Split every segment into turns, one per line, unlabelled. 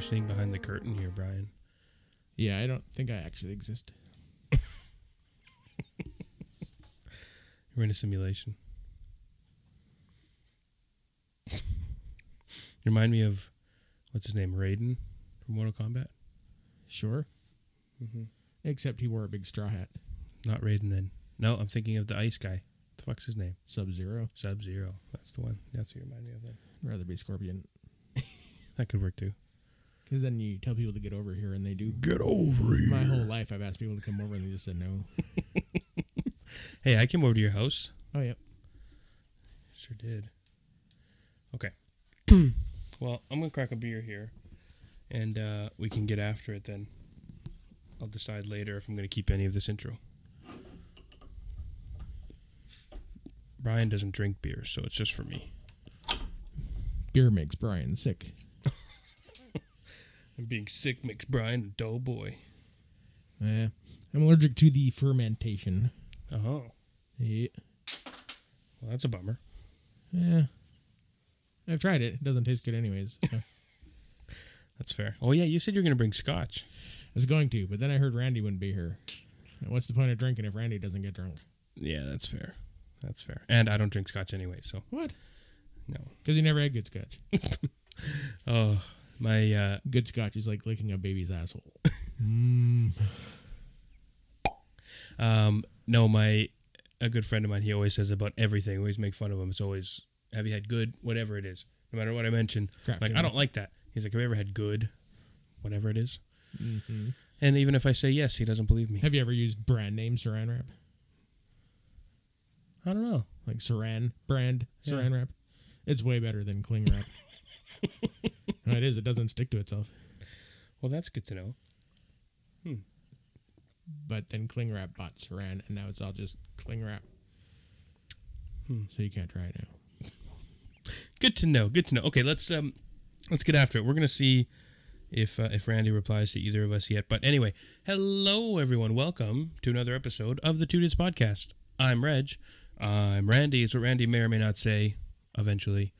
sitting behind the curtain here, Brian.
Yeah, I don't think I actually exist.
We're in a simulation. Remind me of what's his name, Raiden from Mortal Kombat.
Sure. Mm-hmm. Except he wore a big straw hat.
Not Raiden then. No, I'm thinking of the ice guy. The fuck's his name?
Sub Zero.
Sub Zero. That's the one. That's who you remind me of. Then
Rather be Scorpion.
that could work too.
Because then you tell people to get over here and they do.
Get over
My whole life I've asked people to come over and they just said no.
Hey, I came over to your house.
Oh, yeah.
Sure did. Okay. well, I'm gonna crack a beer here, and uh, we can get after it then. I'll decide later if I'm gonna keep any of this intro. Brian doesn't drink beer, so it's just for me.
Beer makes Brian sick.
And being sick makes Brian a dull boy.
Eh, I'm allergic to the fermentation.
Oh, well,
Yeah.
that's a bummer.
Yeah. eh. I've tried it. It doesn't taste good anyways. so.
That's fair. Oh yeah, you said you were gonna bring scotch.
I was going to, but then I heard Randy wouldn't be here. And What's the point of drinking if Randy doesn't get drunk?
Yeah, that's fair. That's fair. And I don't drink scotch anyway, so
What?
no.
Because he never had good scotch.
Oh, my uh,
Good scotch is like licking a baby's asshole. mm.
Um, no, my a good friend of mine. He always says about everything. Always make fun of him. It's always have you had good whatever it is. No matter what I mention,
Crap,
like I
Jimmy.
don't like that. He's like, have you ever had good, whatever it is?
hmm
And even if I say yes, he doesn't believe me.
Have you ever used brand name saran wrap?
I don't know.
Like saran brand
Yeah.
saran wrap? It's way better than cling wrap. No, it is. It doesn't stick to itself.
Well, that's good to know.
But then cling wrap bought saran, and now it's all just cling wrap.
Hmm.
So you can't try it now.
Good to know. Good to know. Okay, let's um, let's get after it. We're gonna see if uh, if Randy replies to either of us yet. But anyway, hello everyone. Welcome to another episode of the Two Dudes Podcast. I'm Reg. I'm Randy. It's what Randy may or may not say eventually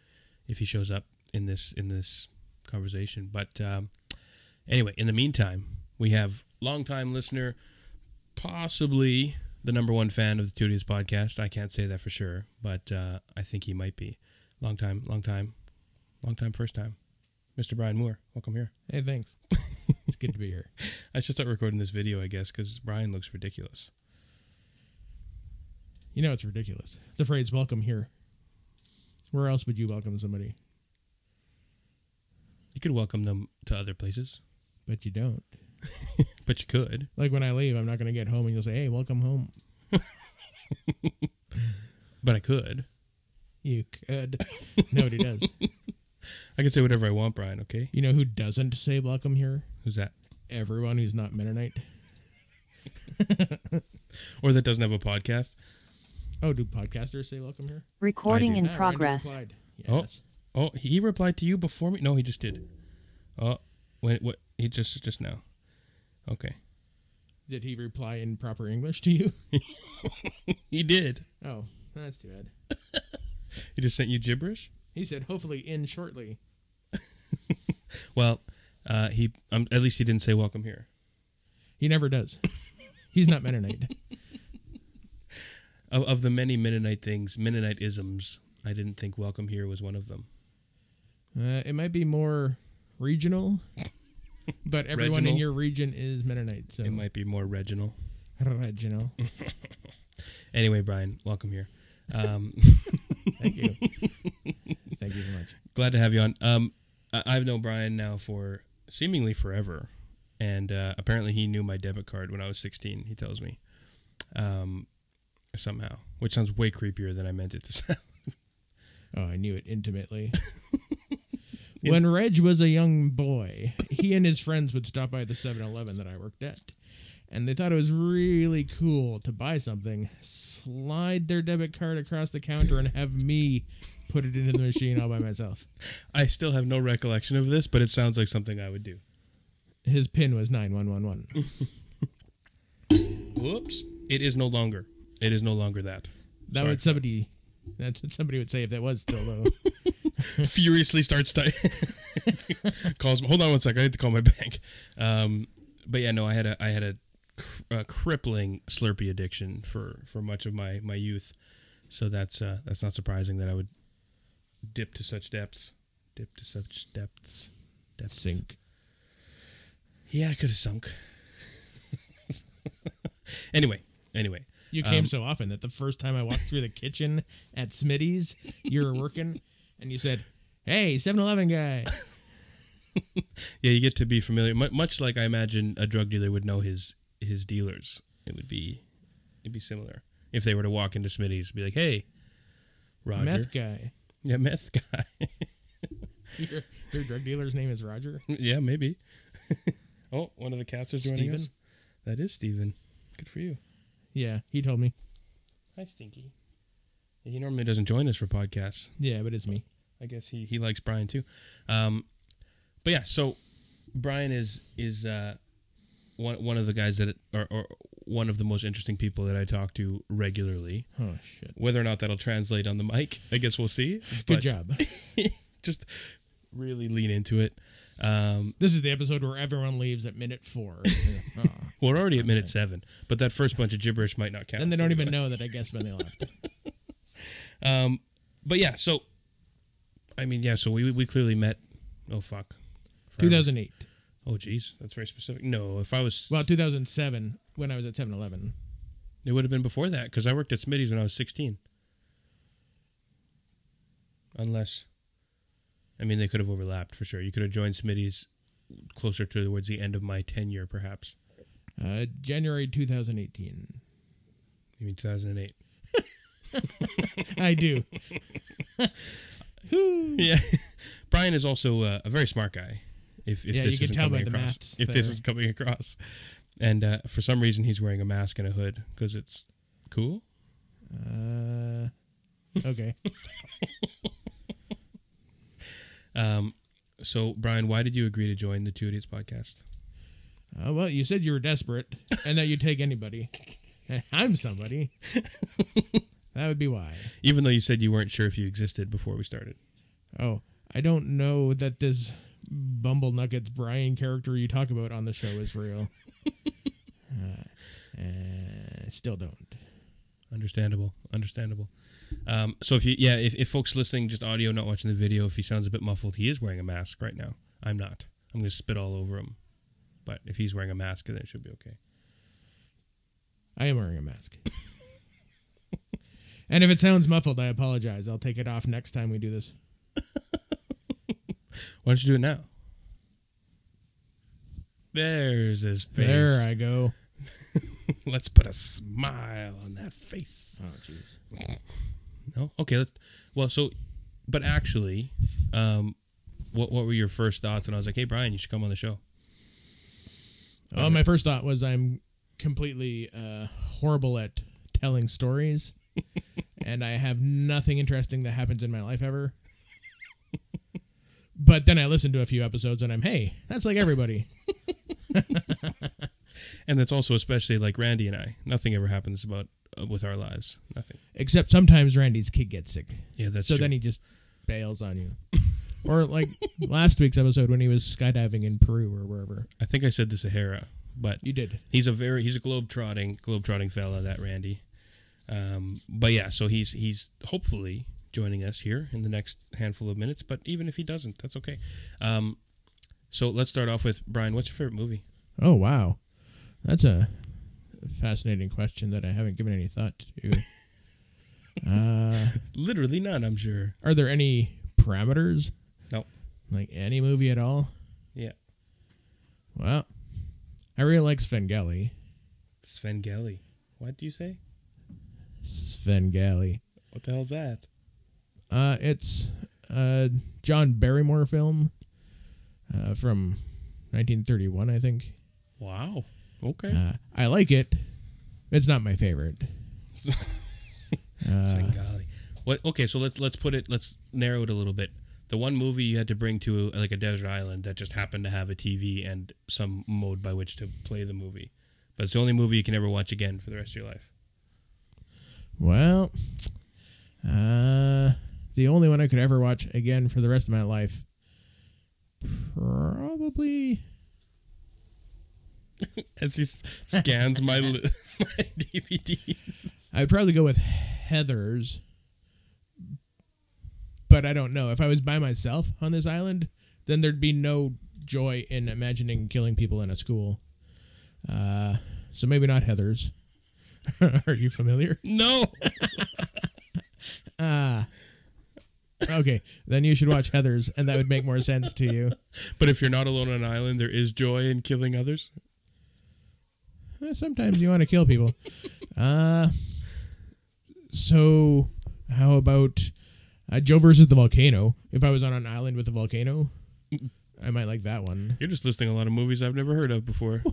if he shows up in this in this conversation. But um, anyway, in the meantime, we have longtime listener, possibly the number one fan of the Two Dudes Podcast. I can't say that for sure, but uh, I think he might be. Long time, long time, long time, first time. Mr. Brian Moore, welcome here.
Hey, thanks. it's good to be here.
I should start recording this video, I guess, because Brian looks ridiculous.
You know, it's ridiculous. The phrase welcome here. Where else would you welcome somebody?
You could welcome them to other places,
But you don't.
but you could.
Like when I leave, I'm not going to get home and you'll say, hey, welcome home.
But I could.
You could. Nobody does.
I could say whatever I want, Brian, okay?
You know who doesn't say welcome here?
Who's that?
Everyone who's not Mennonite.
Or that doesn't have a podcast.
Oh, do podcasters say welcome here?
I
Recording
do.
in
Ah, Randy
progress.
replied. Yes.
Oh. Oh, he replied to you before me? No, he just did. Oh, when, what? He just, just now. Okay.
Did he reply in proper English to you?
He did.
Oh, that's too bad.
He just sent you gibberish?
He said, hopefully in shortly.
Well, uh, he, um, at least he didn't say welcome here.
He never does. He's not Mennonite.
Of, of the many Mennonite things, Mennonite isms, I didn't think welcome here was one of them.
Uh, it might be more regional, but everyone
Reginal.
in your region is Mennonite. So
It might be more Reginald.
Reginal.
Anyway, Brian, welcome here. Um,
Thank you. Thank you so much.
glad to have you on. Um, I- I've known Brian now for seemingly forever, and uh, apparently he knew my debit card when I was 16. He tells me, um, somehow, which sounds way creepier than I meant it to sound.
Oh, I knew it intimately. when Reg was a young boy, he and his friends would stop by the 7 Eleven that I worked at. And they thought it was really cool to buy something, slide their debit card across the counter, and have me put it into the machine all by myself.
I still have no recollection of this, but it sounds like something I would do.
His pin was 9111.
Whoops! It is no longer. It is no longer that.
That
Sorry
would
for
somebody. That's what somebody would say if that was still though.
furiously starts ty- calls. Hold on one sec. I need to call my bank. Um, but yeah, no, I had a I had a, cr- a crippling Slurpee addiction for for much of my my youth. So that's uh, that's not surprising that I would dip to such depths. Dip to such depths. Depths.
Sink.
Yeah, I could have sunk. anyway, anyway.
You came so often that the first time I walked through the kitchen at Smitty's, you were working, and you said, "Hey, 7-Eleven guy."
Yeah, you get to be familiar, mu much like I imagine a drug dealer would know his his dealers. It would be, it'd be similar if they were to walk into Smitty's, be like, "Hey, Roger,
Meth guy.
yeah, meth guy,
Your, your drug dealer's name is Roger.
yeah, maybe." oh, one of the cats is joining
Steven?
us. That is Steven. Good for you.
Yeah, he told me.
Hi, Stinky. He normally doesn't join us for podcasts.
Yeah, but it's me.
I guess he, he likes Brian too. Um, but yeah, so Brian is is uh, one one of the guys that are or one of the most interesting people that I talk to regularly.
Oh shit.
Whether or not that'll translate on the mic, I guess we'll see.
Good
But
job.
Just really lean into it. Um,
This is the episode where everyone leaves at minute four. Oh. Yeah. Aw.
we're already at minute seven, but that first bunch of gibberish might not count.
Then they
so
don't even
anyway.
know that I guessed when they left.
Um, but yeah, so I mean, yeah, so we we clearly met. Oh fuck. Forever.
2008.
Oh geez, that's very specific. No, if I was
Well, 2007 when I was at 7-Eleven.
It would have been before that because I worked at Smitty's when I was 16. Unless, I mean, they could have overlapped for sure. You could have joined Smitty's closer towards the end of my tenure, perhaps.
Uh, January 2018.
You mean 2008?
I do. Hmm.
Yeah. Brian is also uh, a very smart guy. If, if
Yeah,
this
you can
isn't
tell by
coming
the
across,
maths
If this
there.
is coming across, and uh, for some reason he's wearing a mask and a hood because it's cool.
Uh, okay.
Um, so Brian, why did you agree to join the Two Idiots podcast?
Uh, well, you said you were desperate and that you'd take anybody. And I'm somebody. that would be why.
Even though you said you weren't sure if you existed before we started.
Oh, I don't know that this Bumble Nuggets Brian character you talk about on the show is real. uh, uh, still don't.
Understandable. Understandable. Um, so if you, yeah, if, if folks listening just audio, not watching the video, if he sounds a bit muffled, he is wearing a mask right now. I'm not. I'm going to spit all over him. But if he's wearing a mask, then it should be okay.
I am wearing a mask. and if it sounds muffled, I apologize. I'll take it off next time we do this.
Why don't you do it now? There's his face.
There I go.
Let's put a smile on that face.
Oh, jeez.
No. Okay. Let's, well, so, but actually, um, what what were your first thoughts? And I was like, hey, Brian, you should come on the show.
Oh, my first thought was I'm completely uh, horrible at telling stories, and I have nothing interesting that happens in my life ever. But then I listened to a few episodes, and I'm hey, that's like everybody.
And that's also especially like Randy and I. Nothing ever happens about uh, with our lives. Nothing.
Except sometimes Randy's kid gets sick,
Yeah, that's
so
true.
then he just bails on you. or like last week's episode when he was skydiving in Peru or wherever.
I think I said the Sahara, but
You did.
he's a very he's a globe trotting globe trotting fella that Randy. Um, but yeah, so he's he's hopefully joining us here in the next handful of minutes. But even if he doesn't, that's okay. Um, so let's start off with Brian. What's your favorite movie?
Oh wow, that's a fascinating question that I haven't given any thought to. uh,
Literally none, I'm sure.
Are there any parameters?
No.
Like any movie at all?
Yeah,
Well, I really like Svengali.
Sven Gelly. What do you say?
Svengali.
What the hell's that?
Uh, it's a John Barrymore film uh, from 1931, I think.
Wow. Okay.
Uh, I like it. It's not my favorite. Uh,
Bengali. What? Okay, so let's let's put it let's narrow it a little bit. The one movie you had to bring to like a desert island that just happened to have a TV and some mode by which to play the movie, but it's the only movie you can ever watch again for the rest of your life.
well, uh, the only one I could ever watch again for the rest of my life. Probably.
As he s- scans my, li- my DVDs.
I'd probably go with Heather's. But I don't know. If I was by myself on this island, then there'd be no joy in imagining killing people in a school. Uh, so maybe not Heather's. Are you familiar?
No.
Ah. okay, then you should watch Heather's, and that would make more sense to you.
But if you're not alone on an island, there is joy in killing others.
Eh, Sometimes you want to kill people. Uh, so, how about uh, Joe versus the volcano? If I was on an island with a volcano, I might like that one.
You're just listing a lot of movies I've never heard of before.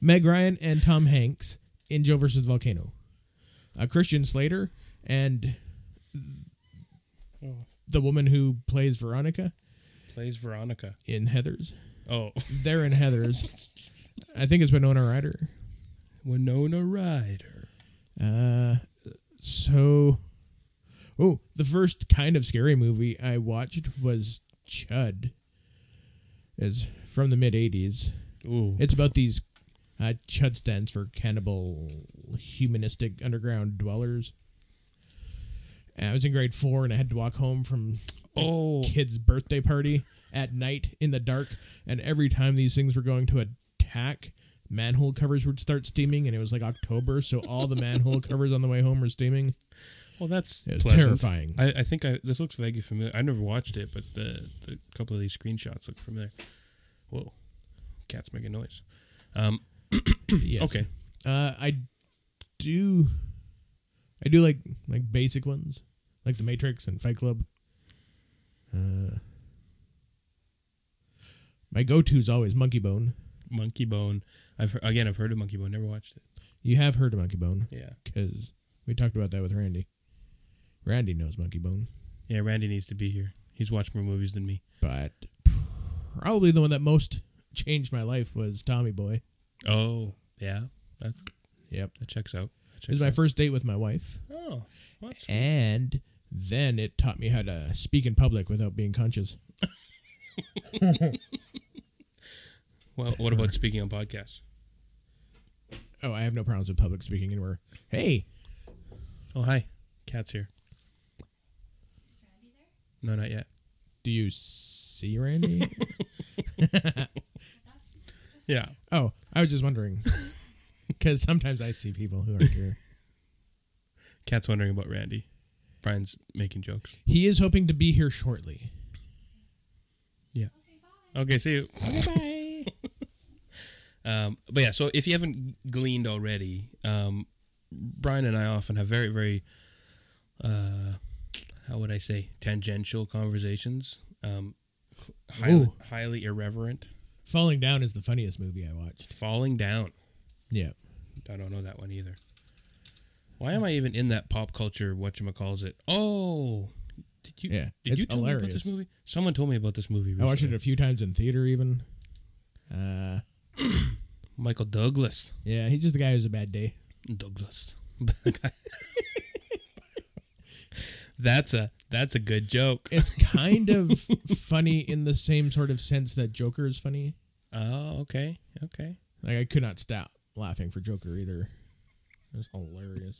Meg Ryan and Tom Hanks in Joe versus the volcano. Uh, Christian Slater and the woman who plays Veronica
Plays Veronica.
in Heather's.
Oh,
They're in Heather's. I think it's Winona Ryder.
Winona Ryder.
Uh, so, oh, the first kind of scary movie I watched was Chud. It's from the mid '80s.
Ooh,
It's about these. Uh, Chud stands for cannibal, humanistic underground dwellers. And I was in grade four and I had to walk home from
oh,
kid's birthday party at night in the dark, and every time these things were going to attack, manhole covers would start steaming, and it was like October, so all the manhole covers on the way home were steaming.
well, Oh, that's
It was
pleasant.
terrifying.
I, I think I, this looks vaguely familiar. I never watched it, but the, the couple of these screenshots look familiar. Whoa, cat's making noise. Um,
Yes.
okay,
Uh, I do, I do like like basic ones, like The Matrix and Fight Club. Uh, my go-to is always Monkey Bone.
Monkey Bone. I've he- again, I've heard of Monkey Bone. Never watched it.
You have heard of Monkey Bone
Yeah,
because we talked about that with Randy. Randy knows Monkey Bone.
yeah. Randy needs to be here. He's watched more movies than me.
but probably the one that most changed my life was Tommy Boy.
Oh, yeah. That's,
Yep.
that checks out. That
It was
checks
my
out.
first date with my wife.
oh, what's
And then it taught me how to speak in public without being conscious.
well? What about speaking on podcasts?
Oh, I have no problems with public speaking anywhere. Hey,
Oh, hi, cat's here. No, not yet.
do you see Randy?
Yeah.
oh, I was just wondering. Because sometimes I see people who aren't here.
Cat's wondering about Randy. Brian's making jokes.
He is hoping to be here shortly.
Okay, see you.
Bye.
Um, but yeah, so if you haven't gleaned already, um, Brian and I often have very, very, uh, how would I say, tangential conversations. Um, cl- highly,
Ooh.
highly irreverent.
Falling Down is the funniest movie I watched.
Falling down.
Yeah.
I don't know that one either. Why am I even in that pop culture? Whatchamacallit? Oh, did you?
Yeah,
did
it's
you tell me about
hilarious. Oh,
this movie? Someone told me about this movie.
I
Recently.
watched it a few times in theater, even. Uh,
Michael Douglas.
yeah, he's just the guy who's a bad day.
Douglas. that's a that's a good joke.
It's kind of funny in the same sort of sense that Joker is funny.
Oh, okay, okay.
Like I could not stop laughing for Joker either. It's hilarious.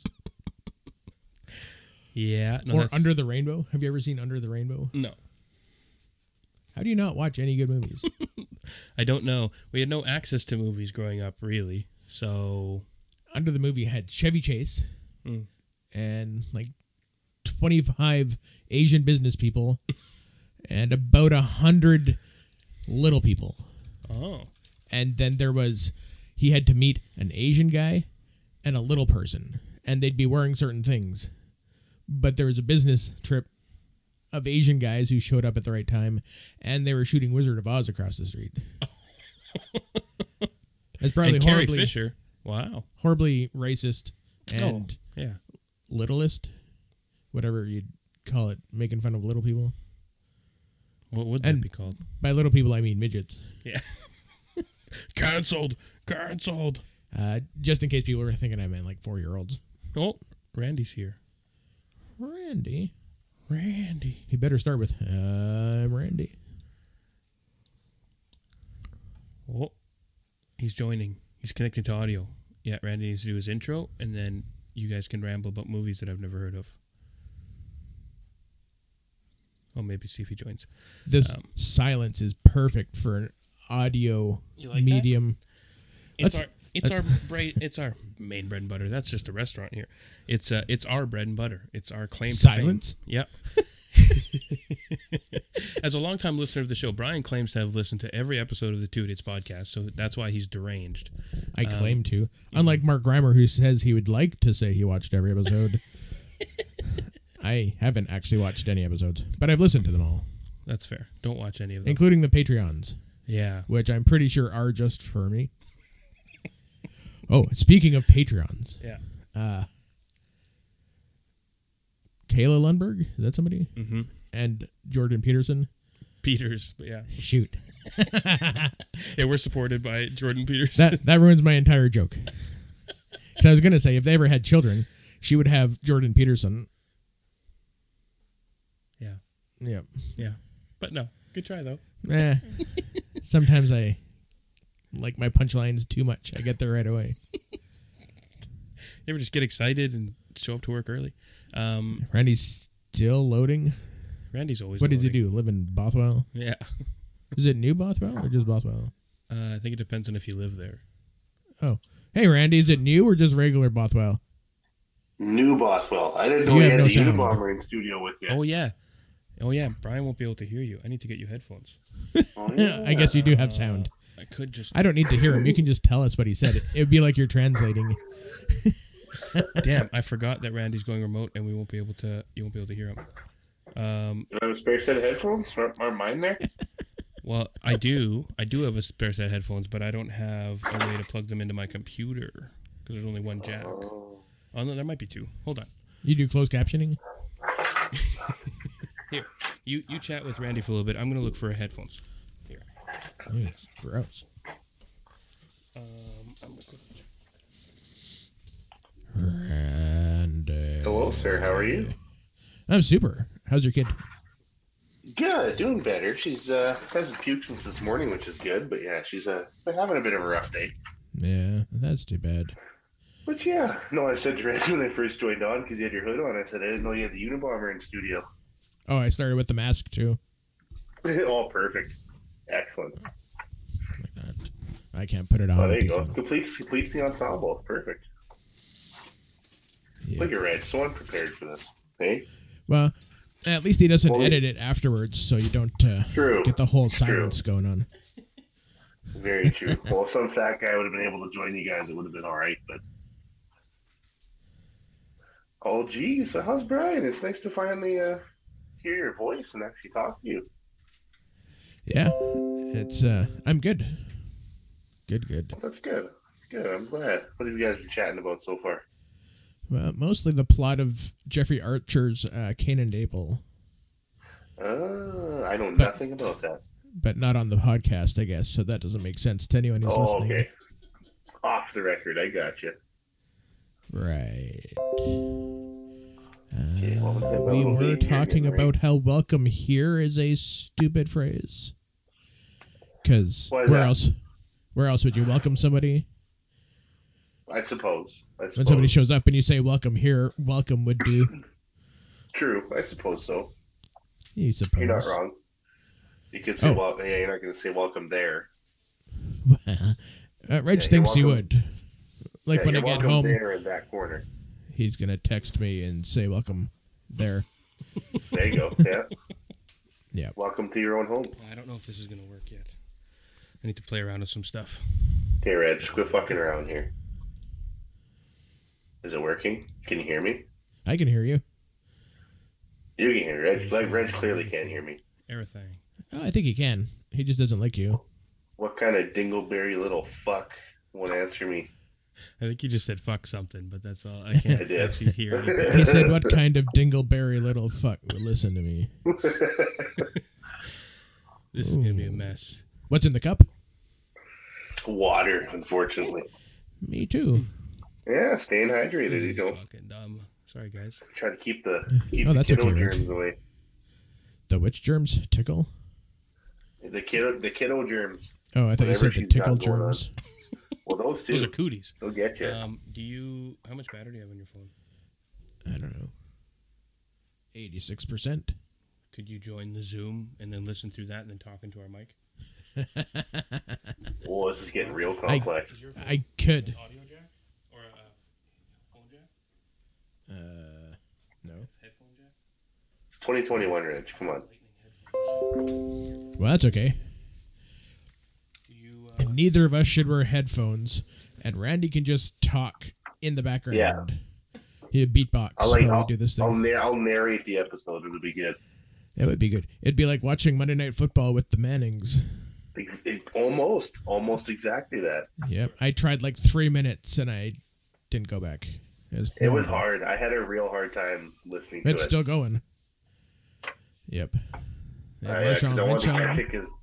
Yeah. No,
or
that's-
Under the Rainbow. Have you ever seen Under the Rainbow?
No,
How do you not watch any good movies?
I don't know. We had no access to movies growing up, really. So
Under the movie had Chevy Chase
Mm.
and like twenty five Asian business people and about a hundred little people.
oh,
and then there was he had to meet an Asian guy and a little person, and they'd be wearing certain things. But there was a business trip of Asian guys who showed up at the right time, and they were shooting Wizard of Oz across the street. That's probably
and Carrie
horribly,
Fisher. Wow.
horribly racist and
oh, yeah.
littlest, whatever you'd call it, making fun of little people.
What would that
And-
be called?
By little people, I mean midgets.
Cancelled. Cancelled.
Uh, just in case people were thinking I meant like four year olds.
Oh, Randy's here.
Randy.
Randy.
He better start with "I'm Randy."
Oh, he's joining. He's connecting to audio. Yeah, Randy needs to do his intro, and then you guys can ramble about movies that I've never heard of. Oh, maybe see if he joins.
This
Um,
silence is perfect for an audio
You like that?
medium.
It's
That's-
our it's our bread. It's our main bread and butter. That's just a restaurant here. It's uh, it's our bread and butter. It's our claim. to fame.
Silence?
Yeah. As a longtime listener of the show, Brian claims to have listened to every episode of the Two Idiots podcast, so that's why he's deranged.
I
Um,
claim to. Unlike Mark Grimer, who says he would like to say he watched every episode, I haven't actually watched any episodes, but I've listened to them all,
That's fair. Don't watch any of them.
including the Patreons,
yeah.
which I'm pretty sure are just for me. Oh, speaking of Patreons,
Yeah.
uh, Kayla Lundberg, is that somebody?
hmm
And Jordan Peterson.
Peters. But yeah.
Shoot,
Yeah, we're supported by Jordan Peters.
that that ruins my entire joke. So I was gonna say, if they ever had children, she would have Jordan Peterson.
yeah.
Yep.
Yeah. But no. Good try though.
Eh, sometimes I like my punchlines too much. I get there right away.
You ever just get excited and show up to work early? Um,
Randy's still loading.
Randy's always.
What did he
loading.
do? Live in Bothwell?
Yeah.
Is it New Bothwell or just Bothwell?
Uh, I think it depends on if you live there.
Oh, hey Randy, is it new or just regular Bothwell?
New Bothwell. I didn't know
You
we
have
had
no
a
sound.
Unabomber in studio with you.
Oh yeah. Oh yeah. Brian won't be able to hear you. I need to get you headphones.
Oh, yeah.
Eh, I guess you do have sound.
I could just.
I don't need to hear him. You can just tell us what he said. It would be like you're translating.
Damn. I forgot that Randy's going remote and we won't be able to. You won't be able to hear him. Um.
Do I have a spare set of headphones? Are, are mine there?
Well, I do. I do have a spare set of headphones, but I don't have a way to plug them into my computer because there's only one jack.
Oh.
Oh no, there might be two. Hold on.
You do closed captioning?
Here, you you chat with Randy for a little bit. I'm gonna look for headphones. Here,
Ooh, it's gross.
um, I'm gonna go check.
Randy.
Hello, sir. How are you?
I'm super. How's your kid?
Good. Doing better. She's uh, hasn't puked since this morning, which is good. But yeah, she's uh, been having a bit of a rough day.
Yeah, that's too bad.
But yeah, no, I said to Randy when I first joined on because you had your hood on. I said I didn't know you had the Unabomber in studio.
Oh, I started with the mask too.
All perfect. Excellent.
Like that. I can't put it on.
Oh,
with
there you
these
go.
on.
Completes completes the ensemble. Perfect.
Yeah.
Look at Red. So unprepared for this. Hey,
Well, at least he doesn't
Well, we-
edit it afterwards, so you don't uh,
True.
get the whole silence going on.
Very true. well, if some fat guy would have been able to join you guys, it would have been all right. But oh, geez, so how's Brian? It's nice to finally uh, hear your voice and actually talk to you.
Yeah, it's. Uh, I'm good. Good, good.
That's good. Good. I'm glad. What have you guys been chatting about so far?
Well, mostly the plot of Jeffrey Archer's uh, Cain and Abel,
Uh, I know
But-
nothing about that.
but not on the podcast, I guess. So that doesn't make sense to anyone who's
Oh,
listening.
okay. Off the record, I got you.
Right.
Yeah, well,
Uh,
well,
we
we'll
were
be here,
talking
right?
about how welcome here is a stupid phrase. Because
Why
where
is that?
else, where else would you welcome somebody?
I suppose. I suppose.
When somebody shows up and you say welcome here, welcome would be.
True. I suppose so.
You suppose.
You're not wrong. You could say,
Oh.
well, yeah, you're not going to say welcome there.
uh, Reg
Yeah, you're
thinks you
welcome.
would. Like
Yeah,
when I
you're
get
welcome
home,
there in that corner.
he's gonna text me and say welcome there.
There you go. Yeah.
Yeah.
Welcome to your own home.
I don't know if this is gonna work yet. I need to play around with some stuff.
Hey, Reg, quit fucking around here. Is it working? Can you hear me?
I can hear you.
You can hear Reg. Like, Reg clearly can't hear me.
Everything.
Oh, I think he can. He just doesn't like you.
What kind of dingleberry little fuck won't answer me?
I think you just said fuck something, but that's all. I can't
I did.
actually hear anything.
He said, "What kind of dingleberry little fuck would listen to me?"
This is gonna be a mess.
What's in the cup?
Water, unfortunately.
Me too.
Yeah, staying hydrated.
This
You
is
know,
fucking dumb. Sorry, guys.
Trying to keep the keep
Oh,
the
that's
kiddo
okay, Rich.
germs away.
The witch germs tickle.
The kiddo the kiddo germs.
Oh, I thought you
Whatever
said the
she's got
tickle
going on.
germs.
Well, those
Those
two,
are cooties.
they'll get you.
Um, do you? How much battery do you have on your phone?
I don't know. Eighty-six percent.
Could you join the Zoom and then listen through that and then talk into our mic?
oh, this is getting real complex.
Is your phone
I could.
audio jack or a uh, phone jack?
Uh, no.
Headphone jack?
2021, Rich. Come on.
Lightning headphones.
Well, that's okay.
Do you? Uh,
And neither of us should wear headphones. And Randy can just talk in the background. He would beatbox
I'll like,
while
I'll,
we do this
I'll,
thing.
na- I'll narrate the episode. It'll be good.
That would be good. It'd be like watching Monday Night Football with the Mannings.
It- it- almost, almost exactly that.
Yep. I tried like three minutes and I didn't go back. It was,
It was
horrible.
hard. I had a real hard time listening to
It's
it.
still going. Yep. Yeah,
I, actually-
Marshawn
I
Lynch
wanted to
on.
catch it 'cause-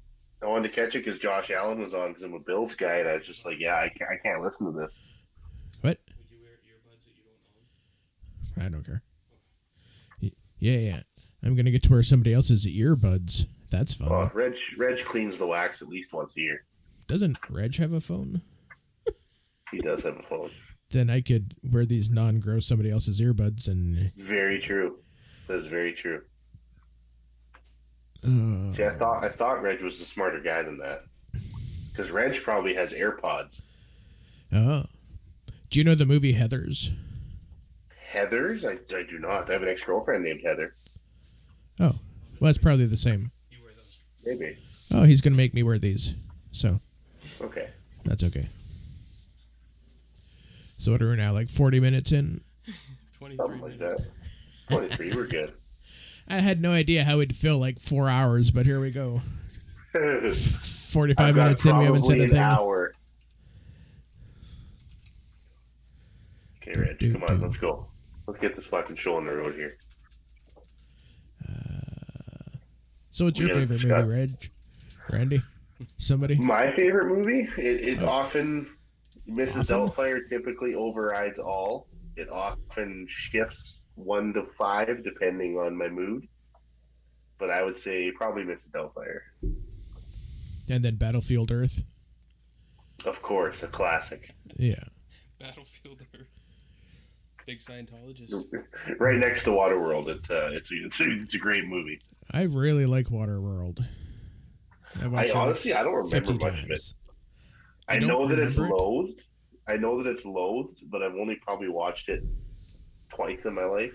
I wanted to catch it because Josh Allen was on because I'm a Bills guy, and I was just like, yeah, I can't, I can't listen to this.
What?
would you wear earbuds that you don't own?
I don't care. Y- Yeah, yeah. I'm gonna get to wear somebody else's earbuds. That's fun.
Oh, Reg, Reg cleans the wax at least once a year.
Doesn't Reg have a phone?
He does have a phone.
Then I could wear these non-gross somebody else's earbuds and.
Very true. That's very true.
Uh,
See, I thought I thought Reg was a smarter guy than that, because Reg probably has AirPods.
Oh. Do you know the movie Heather's?
Heather's, I, I do not. I have an ex girlfriend named Heather.
Oh, well, it's probably the same.
You wear those.
Maybe.
Oh, he's gonna make me wear these, so
Okay.
that's okay. So what are we now? Like 40 minutes in.
Twenty-three
Something like
minutes.
that. Twenty three. We're good.
I had no idea how it'd feel like four hours, but here we go. 45
I've got
minutes in, we haven't said
probably
a
an
thing.
Hour. Okay, Reg,
Do, do,
come on,
do.
let's go. Let's get this fucking show on the road here.
So, what's
We
your
gotta
favorite movie,
discuss.
Reg? Randy? Somebody?
My favorite movie. It, it
Oh.
often Mrs.
Often?
Doubtfire typically overrides all. It often shifts one to five depending on my mood. But I would say probably Mrs. Doubtfire.
And then Battlefield Earth?
Of course, a classic.
Yeah.
Battlefield Earth. Big Scientologist.
Right next to Waterworld. It, uh, it's, a, it's, a, it's a great movie.
I really like Waterworld. I watched it like
honestly, I don't remember
50
much of it.
times.
I
don't
know that it's
remember it?
loathed. I know that it's loathed, but I've only probably watched it twice in my life.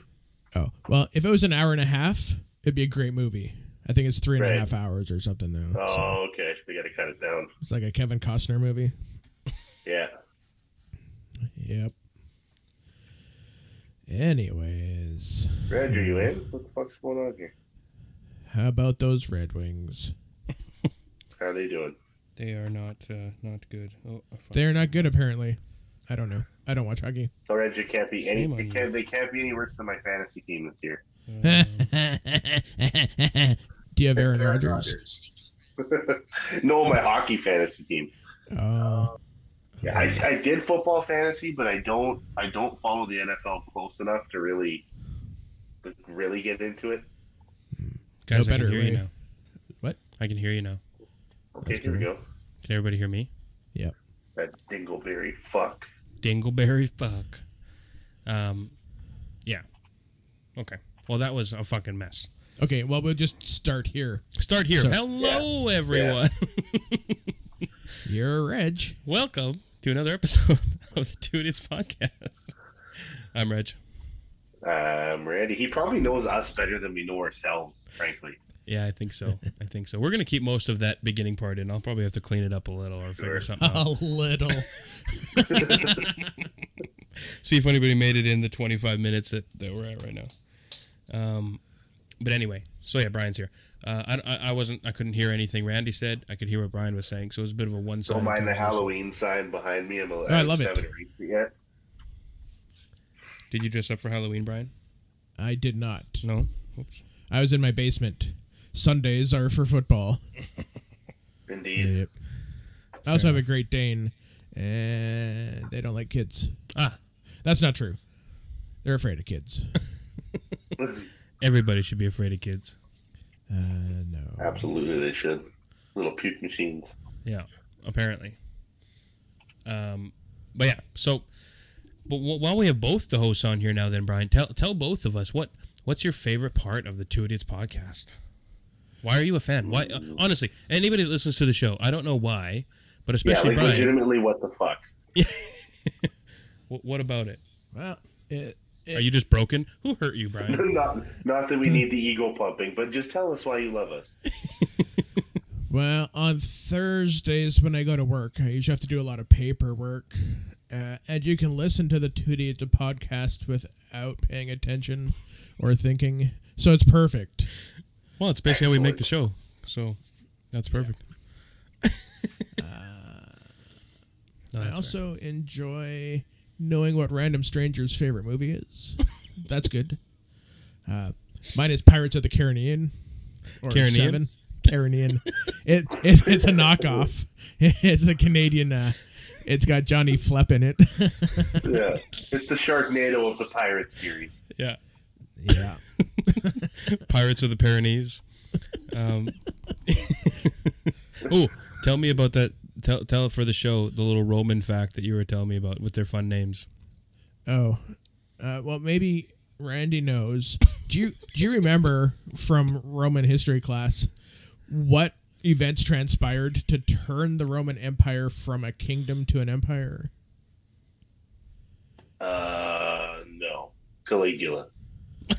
Oh, well, if it was an hour and a half, it'd be a great movie. I think it's three and a
Right.
half hours or something, though. so
Oh, okay. So we got to cut it down.
it's like a Kevin Costner movie.
Yeah.
Yep. Anyways,
Reg, are you in? What the fuck's going on here?
how about those Red Wings?
How are they doing?
They are not uh, not good. Oh, I found-
They're not good, apparently. I don't know. I don't watch hockey.
So Reg, Oh, it can't be any.
Shame on
It
you.
can't, they can't be any worse than my fantasy team this year.
Um,
Do you have Aaron Rodgers?
no, my hockey fantasy team.
Oh,
Yeah, I, I did football fantasy, but I don't. I don't follow the NFL close enough to really, to really get into it.
guys,
No
I can
better
hear you
way.
now.
What?
I can hear you now.
Okay,
That's
here we
great.
go.
Can everybody hear me?
yep.
That dingleberry fuck.
Dingleberry fuck. Um, yeah. Okay. Well, that was a fucking mess.
Okay, well, we'll just start here.
Start here.
So-
Hello, everyone.
You're Reg.
Welcome to another episode of the Two Idiots Podcast. I'm Reg.
Um, Randy, he probably knows us better than we know ourselves. Frankly,
Yeah, I think so. I think so. We're gonna keep most of that beginning part in. I'll probably have to clean it up a little or figure
Sure.
something out.
A little.
see if anybody made it in the 25 minutes that, that we're at right now. Um, but anyway, so yeah, Brian's here. Uh, I, I, I wasn't, I couldn't hear anything Randy said. I could hear what Brian was saying, so it was a bit of a one
don't
sided.
mind the Halloween sign behind me. I'm a,
I love it.
haven't reached yet.
Did you dress up for Halloween, Brian?
I did not.
No. Oops.
I was in my basement. Sundays are for football.
Indeed.
Yep. I also have a Great Dane, and they don't like kids.
Ah,
That's not true. They're afraid of kids.
Everybody should be afraid of kids.
Uh, no.
Absolutely, they should. Little puke machines.
Yeah, apparently. Um, but yeah, so but w- while we have both the hosts on here now, then Brian, tell tell both of us what what's your favorite part of the Two Idiots podcast. Why are you a fan? Why uh, honestly, anybody that listens to the show, I don't know why, but
Yeah,
especially
like
Brian.
legitimately, what the fuck?
What, what about it?
Well, it,
Are you just broken? Who hurt you, Brian?
not, not that we need the ego pumping, but just tell us why you love us.
Well, on Thursdays when I go to work, I usually have to do a lot of paperwork, uh, and you can listen to the Two D to podcast without paying attention or thinking. So it's perfect.
Well, it's basically how we make the show, so that's perfect. No, that's
Uh, I
fair.
also enjoy knowing what random stranger's favorite movie is. That's good. Uh, mine is Pirates of the Caribbean. Or
Caribbean?
Seven. Caribbean. it, it it's a knockoff. It's a Canadian. Uh, it's got Johnny Flepp in it.
Yeah, it's the Sharknado of the pirate series.
yeah.
yeah.
Pirates of the Pyrenees. Um, oh, tell me about that. Tell tell for the show the little Roman fact that you were telling me about with their fun names.
Oh, uh, well, maybe Randy knows. Do you do you remember from Roman history class what events transpired to turn the Roman Empire from a kingdom to an empire?
Uh, no, Caligula.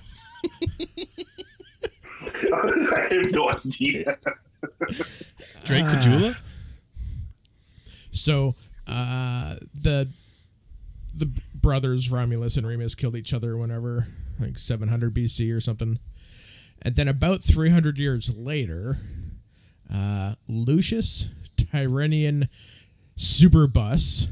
I have no idea.
Ah.
Drake Cajula.
So uh, the the brothers Romulus and Remus killed each other whenever like 700 BC or something, and then about 300 years later, uh, Lucius Tyrannian Superbus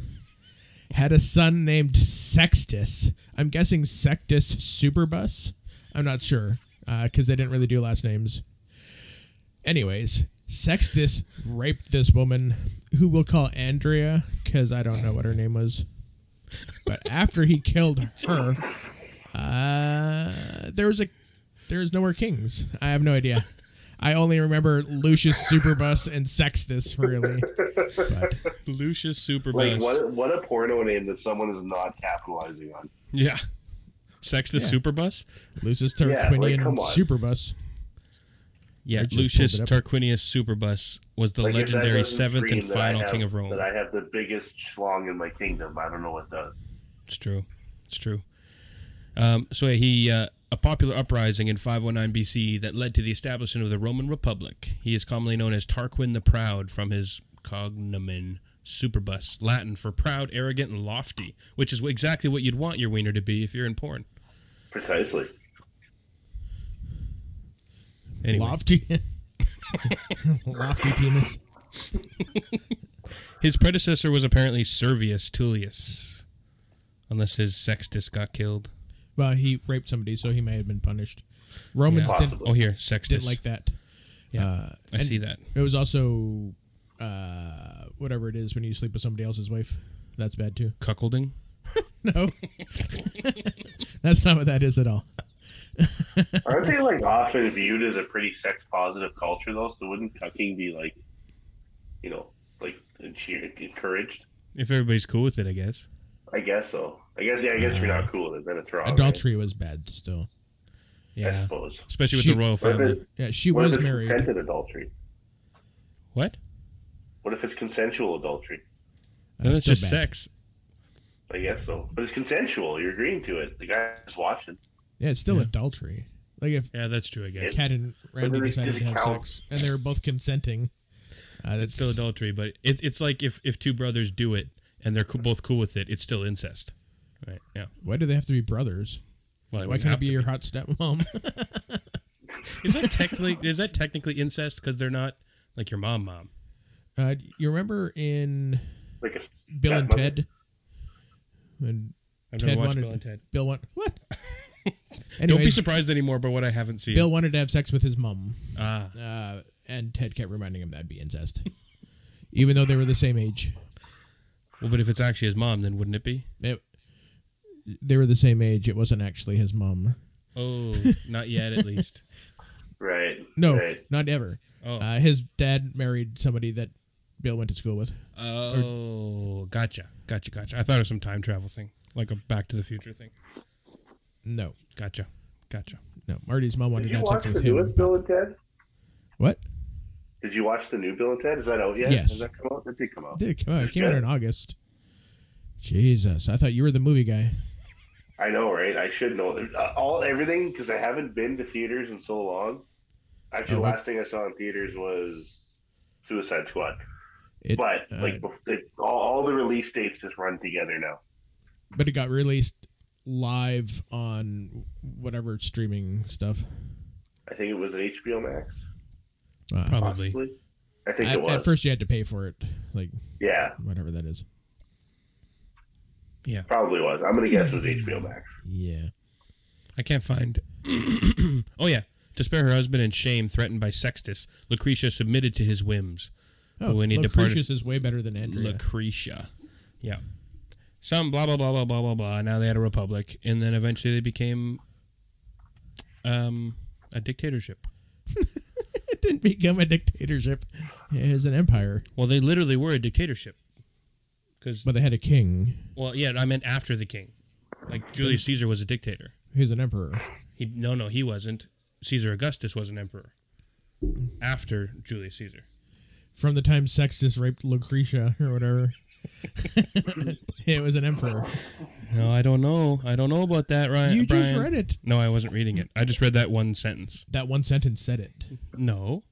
had a son named Sextus. I'm guessing Sextus Superbus. I'm not sure because they didn't really do last names. Anyways, Sextus raped this woman who we'll call Andrea because I don't know what her name was. But after he killed her, uh, there was a there was no more kings. I have no idea. I only remember Lucius Superbus and Sextus really. But
Lucius
Like
Superbus.
what? What a porno name that someone is not capitalizing on.
yeah. Sextus Superbus.
Lucius
Yeah, like,
Tarquinian
come on.
Superbus.
Yeah,
I just
Lucius
pulled it
Tarquinius Superbus was the
Like, if that
legendary
doesn't
seventh and
scream that I
final
have-
king of Rome.
That I have the biggest schlong in my kingdom. I don't know what does.
It's true. It's true. Um, so yeah, he uh, a popular uprising in 509 BC that led to the establishment of the Roman Republic. He is commonly known as Tarquin the Proud from his cognomen Superbus, Latin for proud, arrogant, and lofty, which is exactly what you'd want your wiener to be if you're in porn.
Precisely.
Anyway,
Lofty Lofty penis.
his predecessor was apparently Servius Tullius, unless his Sextus got killed.
Well, he raped somebody, so he may have been punished. Romans
Yeah.
didn't,
Oh, here
didn't
Sextus.
like that.
Yeah,
Uh,
I
and-
see that.
It was also uh, whatever it is when you sleep with somebody else's wife. That's bad too.
Cuckolding.
No, that's not what that is at all.
Aren't they like often viewed as a pretty sex positive culture though? So wouldn't cucking be like, you know, like enche- encouraged?
If everybody's cool with it, I guess.
I guess so. I guess yeah. I guess if you're not cool, then it's wrong. right?
Adultery was bad still.
I
Yeah,
suppose.
especially with
She-
the royal
What if,
family.
it-
Yeah, she
what if
was
it's
married.
consented adultery?
What?
What if it's consensual adultery?
No, that's
still
just
bad.
sex.
I guess so. But it's consensual. You're agreeing to it. The guy's watching.
Yeah, it's still
Yeah.
adultery. Like if
Yeah, that's true. I guess
Kat and Randy
Doesn't it
decided to have
count?
sex and they were both consenting, uh, that's
it's still adultery, but it, it's like if if two brothers do it and they're co- both cool with it, it's still incest. Right? Yeah.
Why do they have to be brothers?
Well,
Why
would
can't it
have
be
to
your hot stepmom?
Is that technically is that technically incest because they're not like your mom, mom?
uh, you remember in
Like a
Bill and
stepmother.
Ted when
I've never watched
wanted,
Bill and Ted.
Bill want what?
Don't be
Anyways,
surprised anymore by what I haven't seen.
Bill wanted to have sex with his mom,
ah,
uh, and Ted kept reminding him that'd be incest, even though they were the same age.
well, but if it's actually his mom, then wouldn't it be?
It- they were the same age. It wasn't actually his mom.
Oh, not yet, at least.
Right.
No,
Right.
not ever.
Oh,
Uh, his dad married somebody that Bill went to school with.
oh, gotcha, gotcha, gotcha. I thought it was some time travel thing, like a Back to the Future thing.
No,
Gotcha, gotcha.
no. Marty's mom wanted
Did
to
you
have
watch
sex
the
with
newest
him.
Bill and Ted?
What?
Did you watch the new Bill and Ted? Is that out yet?
Yes.
Has that come out? It did come out.
Did it come out? It came out in August. Jesus, I thought you were the movie guy.
I know, right? I should know Uh, all everything because I haven't been to theaters in so long. Actually,
Oh,
the
what-
last thing I saw in theaters was Suicide Squad.
It,
but
uh,
like, bef- like all, all the release dates just run together now.
but it got released live on whatever streaming stuff.
I think it was an HBO Max.
Wow.
Probably.
Possibly. I think
At,
it was.
at first, you had to pay for it, like
yeah,
whatever that is.
Yeah,
probably was. I'm gonna guess it was HBO Max.
Yeah.
I can't find. oh yeah, to spare her husband in shame, threatened by Sextus, Lucretia submitted to his whims.
Oh,
we need to part-
Lucretius is way better than Andrea.
Lucretia. Yeah. Some blah blah blah blah blah blah blah. Now they had a republic, and then eventually they became um, a dictatorship.
it didn't become a dictatorship; it is an empire.
Well, they literally were a dictatorship. Because
But they had a king
well, yeah, I meant after the king. Like Julius Caesar was a dictator.
who's an emperor.
He no no he wasn't. Caesar Augustus was an emperor after Julius Caesar.
From the time Sextus raped Lucretia or whatever, it was an emperor.
No, I don't know. I don't know about that, Ryan.
You just
Brian.
read it.
No, I wasn't reading it. I just read that one sentence.
That one sentence said it.
No.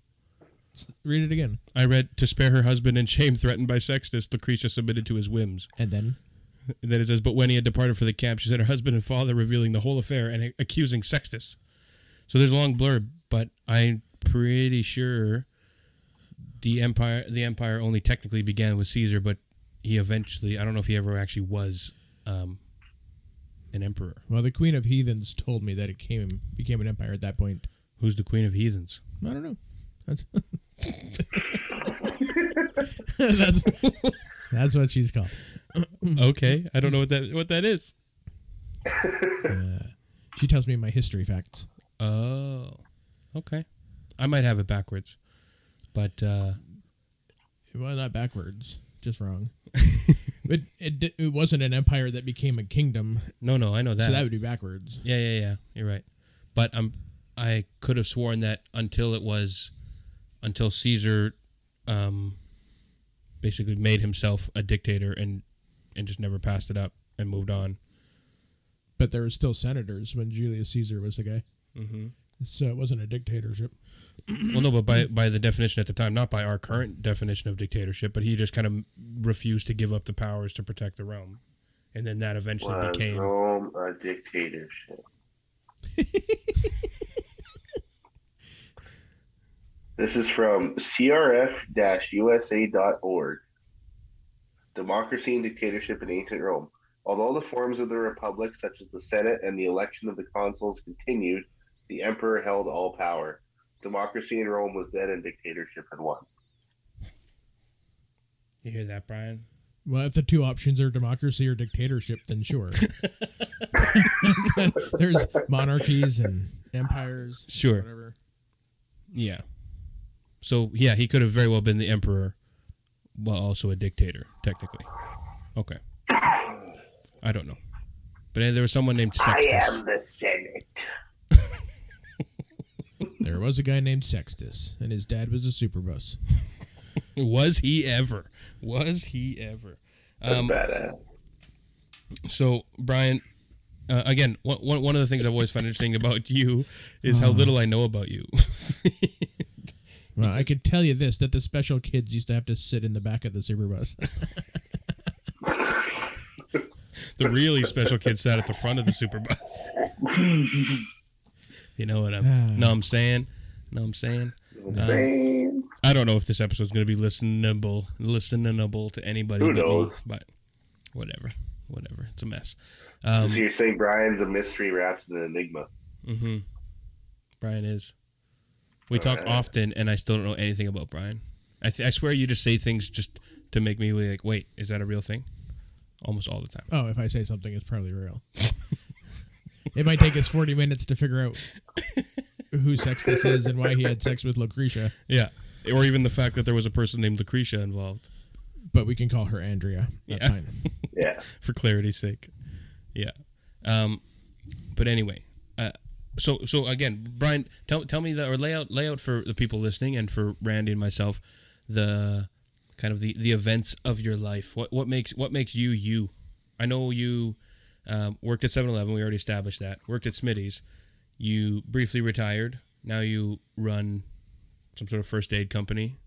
Read it again.
I read to spare her husband in shame threatened by Sextus, Lucretia submitted to his whims.
And then
And then it says, But when he had departed for the camp, she sent her husband and father, revealing the whole affair and accusing Sextus. So there's a long blurb, but I'm pretty sure the empire the empire only technically began with Caesar, but he eventually I don't know if he ever actually was um, an emperor.
Well, the Queen of Heathens told me that it came became an empire at that point.
Who's the queen of heathens?
I don't know. That's that's, that's what she's called.
okay, I don't know what that what that is.
She tells me my history facts.
Oh, okay. I might have it backwards, but uh,
Well, not backwards, just wrong. it, it di- it wasn't an empire that became a kingdom,
no, no, I know that.
so that would be backwards.
yeah, yeah, yeah. You're right. But I'm I could have sworn that until it was until Caesar um, basically made himself a dictator and and just never passed it up and moved on.
But there were still senators when Julius Caesar was the guy,
Mm-hmm.
so it wasn't a dictatorship.
Well, no, but by by the definition at the time, not by our current definition of dictatorship, but he just kind of refused to give up the powers to protect the realm, and then that eventually
Was
became.
Rome a dictatorship? this is from crf-usa.org. Democracy and dictatorship in ancient Rome. Although the forms of the republic, such as the Senate and the election of the consuls, continued, the emperor held all power. Democracy in Rome was dead, and dictatorship had won.
You hear that, Brian?
Well, if the two options are democracy or dictatorship, then sure. There's monarchies and empires.
Sure.
Whatever.
Yeah. So yeah, he could have very well been the emperor, while also a dictator technically. Okay. I don't know, but uh, there was someone named Sextus.
the Senate.
There was a guy named Sextus, and his dad was a superbus.
Was he ever? Was he ever?
That's
Um,
badass.
so Brian, uh, again, one, one one of the things I've always found interesting about you is how little I know about you.
Well, I could tell you this: that the special kids used to have to sit in the back of the superbus.
the really special kid sat at the front of the super bus. you know what I'm? No, I'm saying. No, I'm saying.
Man.
I don't know if this episode's going to be listenable, listenable to anybody
Who
but
knows?
me. But whatever, whatever. It's a mess.
so
Um,
you're saying Brian's a mystery wrapped in an enigma.
hmm Brian is. We talk
Alright.
often, and I still don't know anything about Brian. I, th- I swear you just say things just to make me like, wait, is that a real thing? almost all the time.
Oh, if I say something, it's probably real. it might take us 40 minutes to figure out who Sextus is and why he had sex with Lucretia,
Yeah, or even the fact that there was a person named Lucretia involved
but we can call her Andrea. That's
Yeah.
fine.
Yeah.
for clarity's sake. Yeah, um, but anyway, uh, so so again, Brian, tell tell me the or lay out lay out for the people listening and for Randy and myself the kind of the the events of your life. What what makes what makes you you? I know you um, worked at 7-Eleven. We already established that. Worked at Smitty's. You briefly retired. Now you run some sort of first aid company.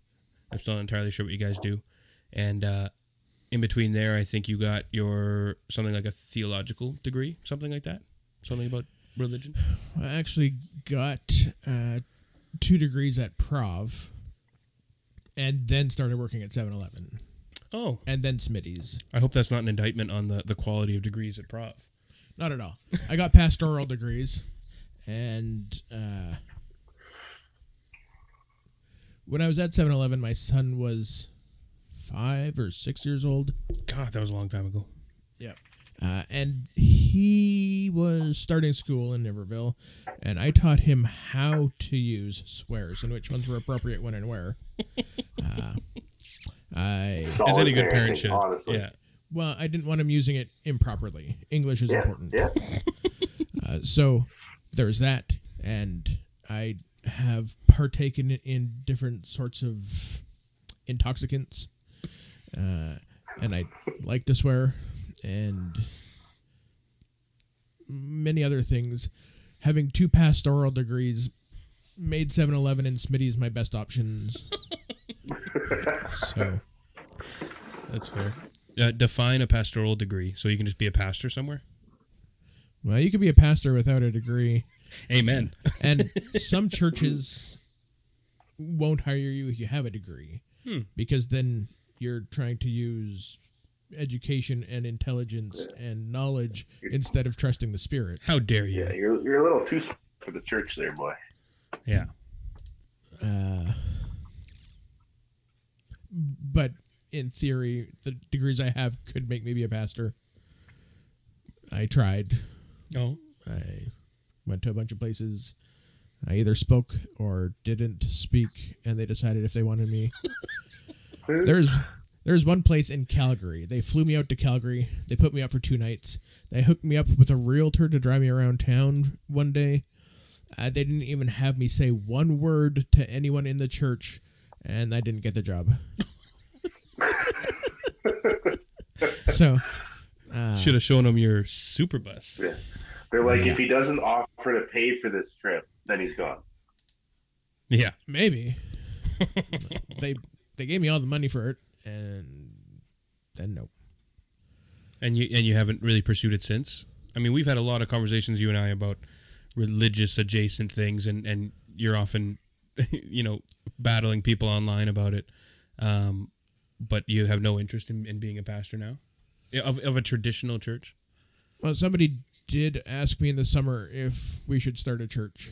I'm still not entirely sure what you guys do. And uh, in between there, I think you got your something like a theological degree, something like that, something about religion.
I actually got uh, two degrees at Prov and then started working at 7 Eleven
Oh,
and then Smitty's.
I hope that's not an indictment on the the quality of degrees at Prov.
Not at all. I got pastoral degrees, and uh, when I was at 7-Eleven, my son was five or six years old.
God, that was a long time ago.
Yep. Uh, and he was starting school in Niverville, and I taught him how to use swears and which ones were appropriate when and where. Uh, I
As
Solid
any good parent
parenting,
should.
Honestly.
Yeah.
well, I didn't want him using it improperly. English is
Yeah.
important.
Yeah.
Uh, so there's that, and I have partaken in different sorts of intoxicants, uh, and I like to swear, and many other things. Having two pastoral degrees made 7-Eleven and Smitty's my best options. so
That's fair. Uh, define a pastoral degree, so you can just be a pastor somewhere.
well, you could be a pastor without a degree.
Amen.
And some churches won't hire you if you have a degree because then you're trying to use education and intelligence and knowledge instead of trusting the spirit.
How dare you?
Yeah, You're, you're a little too smart for the church there, boy.
yeah.
Uh, but in theory, the degrees I have could make me be a pastor. I tried.
Oh.
I went to a bunch of places. I either spoke or didn't speak, and they decided if they wanted me. there's there's one place in Calgary. They flew me out to Calgary. They put me up for two nights. They hooked me up with a realtor to drive me around town one day. Uh, they didn't even have me say one word to anyone in the church, and I didn't get the job. so, uh,
Should have shown him your super bus.
Yeah. They're like, if he doesn't offer to pay for this trip, then he's gone.
Yeah.
Maybe. they they gave me all the money for it and then no.
And you and you haven't really pursued it since. I mean, we've had a lot of conversations you and I about religious adjacent things, and and you're often, you know, battling people online about it. Um, but you have no interest in, in being a pastor now, Yeah, of of a traditional church.
Well, somebody did ask me in the summer if we should start a church.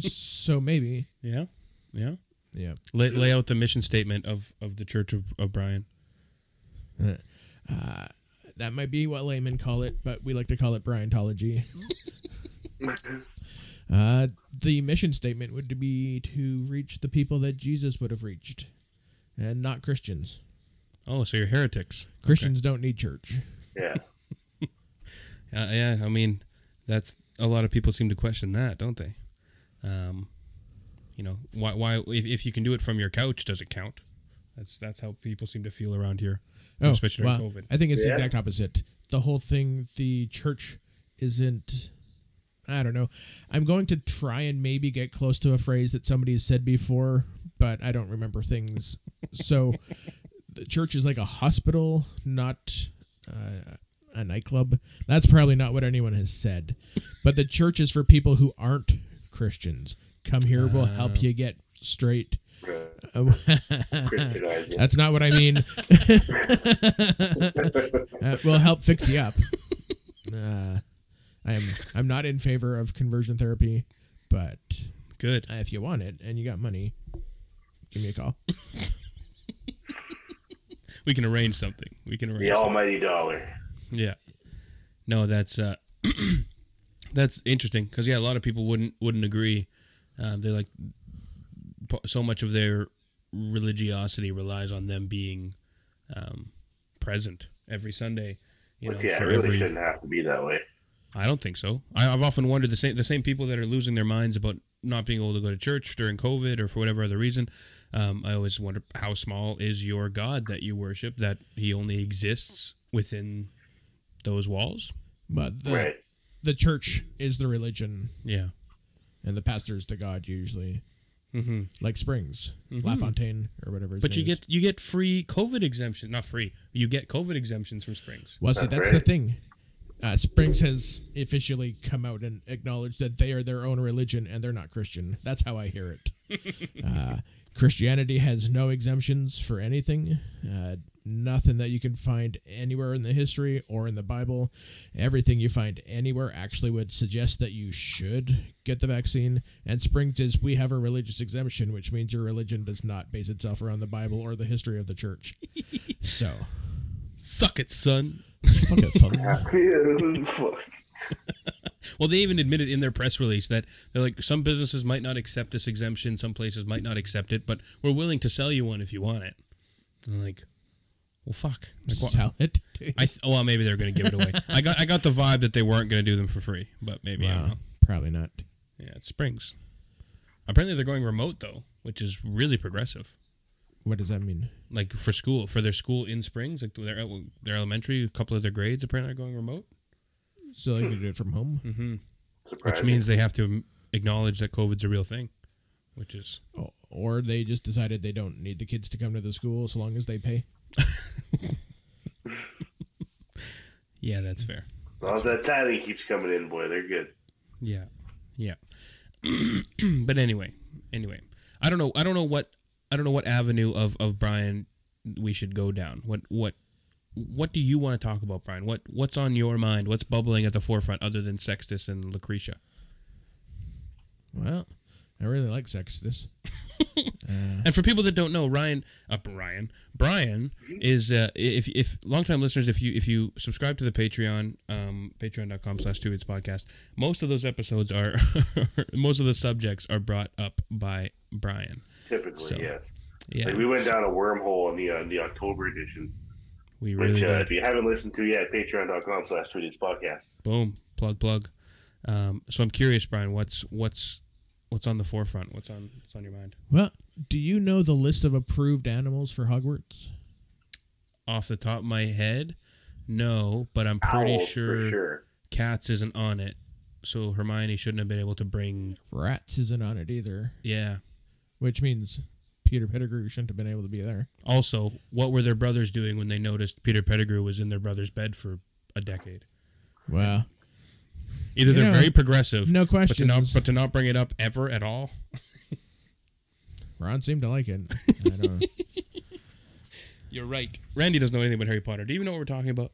so maybe.
Yeah. Yeah.
Yeah.
Lay, lay out the mission statement of, of the Church of, of Brian.
That might be what laymen call it, but we like to call it Bryantology. uh, the mission statement would be to reach the people that Jesus would have reached and not Christians.
Oh, so you're heretics.
Christians don't need church.
Yeah.
Uh, yeah, I mean, that's a lot of people seem to question that, don't they? Um, you know, why? Why if, if you can do it from your couch, does it count? That's that's how people seem to feel around here, especially during
Oh, wow.
COVID.
I think it's the
Yeah.
exact opposite. The whole thing, the church isn't. I don't know. I'm going to try and maybe get close to a phrase that somebody has said before, but I don't remember things. so the church is like a hospital, not uh, a nightclub. That's probably not what anyone has said. But the church is for people who aren't Christians. Come here, we'll help
Oh.
you get straight. Um,
Christianizing.
That's not what I mean. uh, will help fix you up. Uh, I'm I'm not in favor of conversion therapy, but
Good.
uh, if you want it and you got money, give me a call.
We can arrange something. We can arrange.
The
something.
almighty dollar.
Yeah. No, that's uh, that's interesting because yeah, a lot of people wouldn't wouldn't agree. Um, they like po- so much of their religiosity relies on them being um, present every Sunday. You know,
Which, yeah, it
for
really
every.
shouldn't have to be that way.
I don't think so. I, I've often wondered the same the same people that are losing their minds about not being able to go to church during COVID or for whatever other reason. Um, I always wonder how small is your God that you worship that He only exists within those walls.
But the,
Right.
the church is the religion,
Yeah.
and the pastor is the god usually.
Mm-hmm.
Like Springs,
Mhm.
LaFontaine, or whatever. his
But you
name is.
get you get free COVID exemption, not free. You get COVID exemptions from Springs.
Well, see,
That's
that's the
right.
thing. Uh, Springs has officially come out and acknowledged that they are their own religion and they're not Christian. That's how I hear it. uh, Christianity has no exemptions for anything. Uh, nothing that you can find anywhere in the history or in the Bible. Everything you find anywhere actually would suggest that you should get the vaccine. And Springs is we have a religious exemption, which means your religion does not base itself around the Bible or the history of the church. so,
Suck it, son.
fuck it, fuck it.
Well, they even admitted in their press release that they're like some businesses might not accept this exemption, some places might not accept it, but we're willing to sell you one if you want it. And I'm like, well, fuck. Like, wha-
sell it.
I th- oh, well, maybe they're going to give it away. I got I got the vibe that they weren't going to do them for free, but maybe I don't know.
Probably not.
Yeah, it's Springs. Apparently, they're going remote though, which is really progressive.
What does that mean?
like for school for their school in Springs, like their their elementary, a couple of their grades apparently are going remote,
So they can do it from home?
which means they have to acknowledge that COVID's a real thing, which is
O- Or they just decided they don't need the kids to come to the school so long as they pay?
yeah, that's fair.
As long as that tally keeps coming in, boy, they're good.
Yeah, yeah. but anyway, anyway, I don't know. I don't know what I don't know what avenue of of Brian we should go down. What what what do you want to talk about, Brian? What what's on your mind? What's bubbling at the forefront other than Sextus and Lucretia?
Well, I really like sex. This.
And for people that don't know, Ryan, uh, Brian, Brian
Mm-hmm.
is uh, if if longtime listeners, if you if you subscribe to the Patreon, um, patreon.com slash two Idiots podcast, most of those episodes are most of the subjects are brought up by Brian.
Typically,
So,
yes.
Yeah,
Like we went down a wormhole on the on the October edition,
we
which
really
uh,
did.
if you haven't listened to yet, patreon.com slash tweeted's podcast.
Boom, plug, plug. Um, so I'm curious, Brian, what's what's what's on the forefront? What's on what's on your mind?
Well, do you know the list of approved animals for Hogwarts?
Off the top of my head, no, but I'm pretty
Owls,
sure,
For sure.
Cats isn't on it. So Hermione shouldn't have been able to bring.
Rats isn't on it either,
Yeah.
which means Peter Pettigrew shouldn't have been able to be there.
Also, what were their brothers doing when they noticed Peter Pettigrew was in their brother's bed for a decade?
Well,
Either
You
they're
know,
very progressive,
no
but to not
questions.
but to not bring it up ever at all.
Ron seemed to like it. I don't know.
You're right. Randy doesn't know anything about Harry Potter. Do you even know what we're talking about?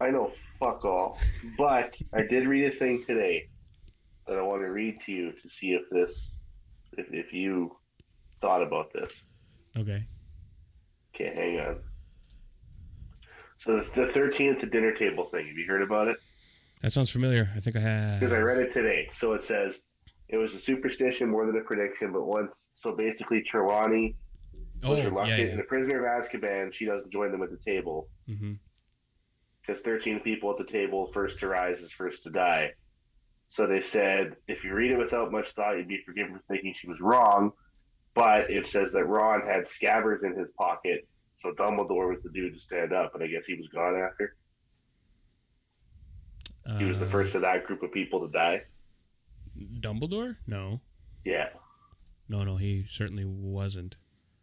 I know fuck all, but I did read a thing today that I want to read to you to see if this, if, if you thought about this.
Okay.
Okay, hang on. So the thirteenth, the dinner table thing. Have you heard about it?
That sounds familiar. I think I have.
Because I read it today. So it says it was a superstition more than a prediction, but once. So basically, Trelawney
Oh,
was
yeah.
reluctant,
yeah.
and the prisoner of Azkaban, she doesn't join them at the table
Mm-hmm.
because 13 people at the table, first to rise is first to die. So they said, if you read it without much thought, you'd be forgiven for thinking she was wrong. But it says that Ron had scabbards in his pocket, so Dumbledore was the dude to stand up, and I guess he was gone after. He was the
Uh,
Uh.
first of that group of people to die.
Dumbledore? No,
Yeah.
no, no. He certainly wasn't.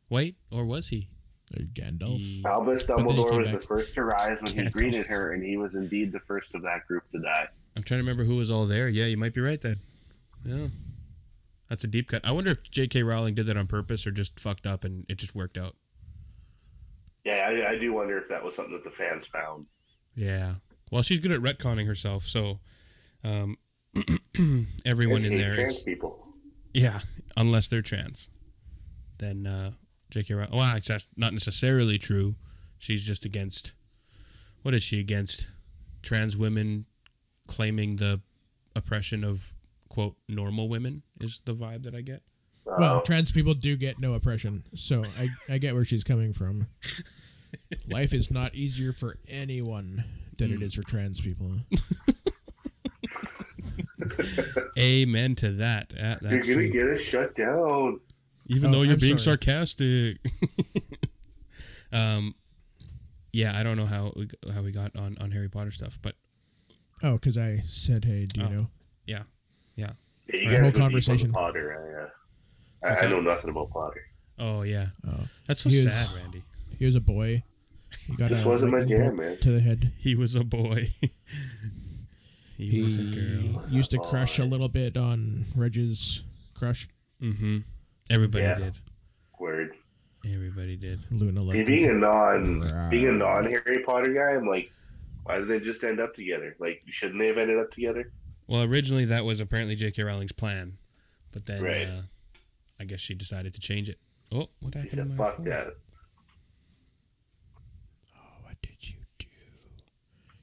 Wait, or was he?
Gandalf.
He-
Albus
But then he
Dumbledore
came
was
back.
the first to rise when he
Gandalf.
greeted her, and he was indeed the first of that group to die.
I'm trying to remember who was all there. Yeah, you might be right then. Yeah. That's a deep cut. I wonder if J.K. Rowling did that on purpose or just fucked up and it just worked out.
Yeah, I, I do wonder if that was something that the fans found.
Yeah. Well, she's good at retconning herself, so um, everyone
And
in
hate
there
trans
is.
people.
Yeah, unless they're trans. Then uh, J.K. Rowling. Well, it's not- not necessarily true. She's just against. What is she against? trans women claiming the oppression of quote normal women is the vibe that I get.
Uh,
Well,
Um,
trans people do get no oppression, so I, I get where she's coming from. Life is not easier for anyone than it is for trans people.
Amen to that. Uh,
you're
that's
gonna
true.
get us shut down.
Even
Oh,
though you're
I'm
being
sorry.
sarcastic. um, yeah, I don't know how we, how we got on on Harry Potter stuff, but
Oh, because I said, "Hey, do you
Oh.
know?"
yeah, yeah.
Yeah, you
Our whole
gotta go deep on the
conversation.
Potter. I, uh, I,
Okay.
I know nothing about Potter.
Oh yeah,
Oh.
that's so
He is-
sad, Randy.
He was a boy. He got
This
a
wasn't my
lightning
jam,
bolt
man.
to the head.
He was a boy. he,
He
was a girl.
used to crush a little bit on Reg's crush.
Mm-hmm. Everybody
Yeah.
did.
Word.
Everybody did.
Luna
See,
left.
being a
him.
non being a
Right.
non Harry Potter guy, I'm like, why did they just end up together? Like, shouldn't they have ended up together?
Well, originally that was apparently J.K. Rowling's plan, but then
Right.
uh, I guess she decided to change it. Oh, what
She
happened to
said,
my
fuck
phone?
that.
Oh, what did you do?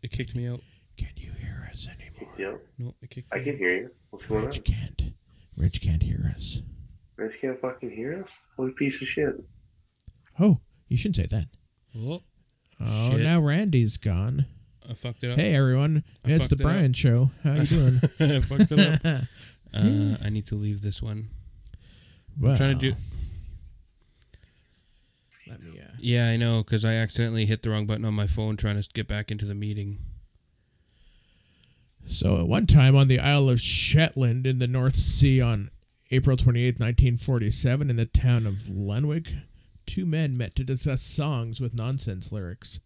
It kicked me out.
Can you hear us anymore?
You know,
No, it kicked.
I
me
can
out.
hear you. What's going on?
Reg can't. Reg can't hear us.
Rich can't fucking hear us. What a piece of shit.
Oh, you shouldn't say that.
Oh,
Oh,
Shit.
now Randy's gone.
I fucked it up.
Hey everyone,
I
it's
fucked
the
it up.
Brian Show. How you doing?
I fucked it up. Uh, I need to leave this one.
Well,
I'm trying to do.
Let me. Uh,
Yeah, I know, because I accidentally hit the wrong button on my phone trying to get back into the meeting.
So at one time on the Isle of Shetland in the North Sea on April 28, 1947, in the town of Lenwick, two men met to discuss songs with nonsense lyrics.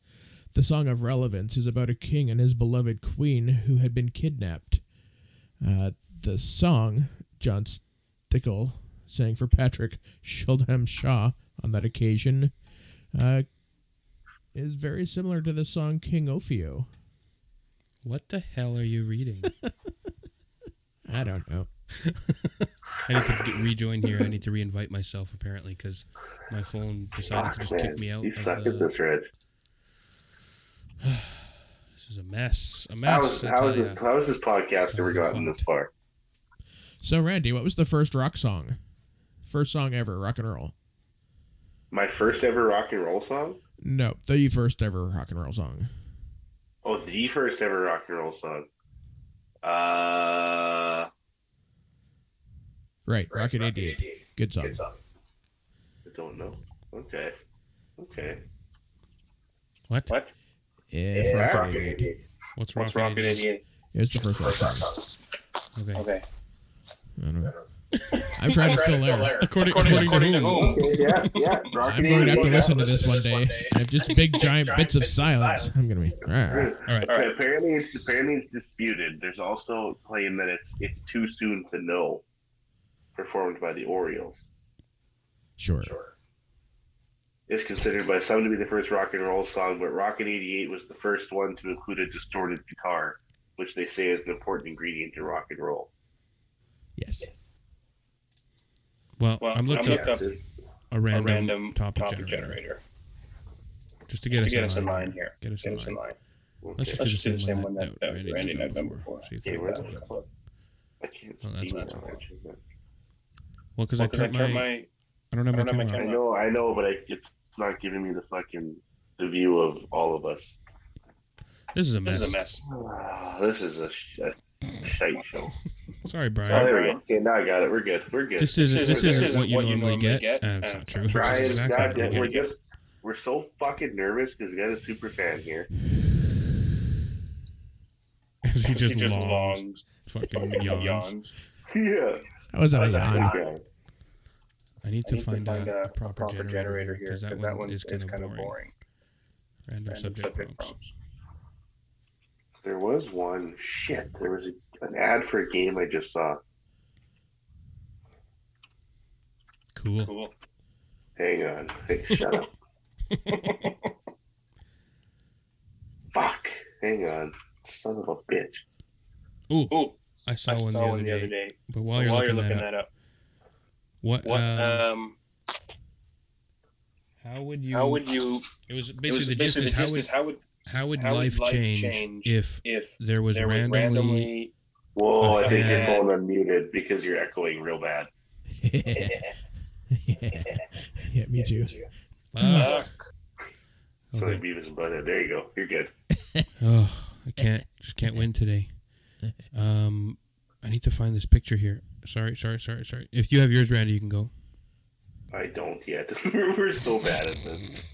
The song of relevance is about a king and his beloved queen who had been kidnapped. Uh, the song John Stickle sang for Patrick Shildham Shaw on that occasion uh, is very similar to the song King Ophio.
What the hell are you reading?
I don't know.
I need to get, rejoin here. I need to reinvite myself apparently because my phone decided to
Fuck,
just
man.
kick me out.
you
of
suck
the-
at this, Rich.
This is a mess. A
How
mess.
is,
I
how,
tell
is
ya.
this, how is this podcast ever
Oh,
gotten
fuck.
this far?
So, Randy, what was the first rock song? First song ever, rock and roll.
My first ever rock and roll song?
No, the first ever rock and roll song.
Oh, the first ever rock and roll song. Uh,
Right, Rocket
Rocket
88. Good song.
Good song. I don't know. Okay. Okay.
What?
What?
If
Yeah,
Rocket
Rocket
88.
88.
What's
What's
wrong?
Rocket 88?
It's the first rock
First rock
song.
song.
Okay.
Okay.
I don't know. I'm trying to fill air.
According, according, to whom?
Okay, yeah, yeah. Rocket
I'm going to have to
88.
listen to this one day. I have just big giant bits of silence. I'm going to be. Rah.
All right.
So apparently, it's apparently it's disputed. There's also a claim that it's it's too soon to know. Performed by the Orioles,
Sure.
is considered by some to be the first rock and roll song, but Rocket '88 was the first one to include a distorted guitar, which they say is an important ingredient to rock and roll.
Yes.
Well,
Well,
I'm looking
I'm
up
looked up
it's-
a random,
a random
topic,
topic
generator,
generator
just to get
to
us
get
in
us in
line.
line here.
Get us in line.
okay.
Let's just
Let's
do the same one that, that
that
Randy
Randy
and I've done before. See if that works.
I can't
Well,
see
that's
that
cool.
much, is it?
Well, because I
Well, 'cause I
turned my,
turned my
I don't have my
I don't have my
camera.
camera
on.
I know, I know, but I, it's not giving me the fucking the view of all of us.
This is a
this
mess.
is a mess.
Ah, this is a, sh- a shite show.
Sorry,
Oh,
Brian.
there we go. Okay, now I got it. We're good. We're good.
This isn't
is-
this
this
isn't
isn't
what you
what you
normally
normally
get.
get.
Uh, That's
Uh,
not true. This is
Brian's
exactly what
goddamn-
you
We're
get.
just we're so fucking nervous because we got a super fan here.
As he
She
just longs,
longs,
fucking
yawns.
yawns.
Yeah.
That was
That was
a
a
yawn.
Okay.
I need to find
a,
a a
a proper, generator here because that, one is kind of boring.
Random
Random
subject
subject
prompts.
prompts.
There was one. Shit. There was a, an ad for a game I just saw.
Cool.
Cool.
Hang on. Hey, shut up. Fuck. Hang on. Son of a bitch.
Ooh,
Ooh,
I saw
I
one the
saw
other
one the other
day.
day.
But
While
while
you're,
you're looking
looking
that up,
that up,
what?
what?
um,
Um,
How would you?
how would you?
It was
it was
basically the gist
basically
is
the
how
gist
would
is how would
How would, life, change, if
if
there was
there
randomly,
was randomly
Whoa, I think
Yeah.
you're both unmuted because you're echoing real bad.
yeah. yeah, me too.
Fuck.
Fuck.
So
Ah, Okay.
okay. Beavis and Butthead. uh, There you go. You're good.
Oh, I can't. Just can't win today. Um, I need to find this picture here. Sorry, sorry, sorry, sorry. If you have yours, Randy, you can go.
I don't yet. We're so bad at this.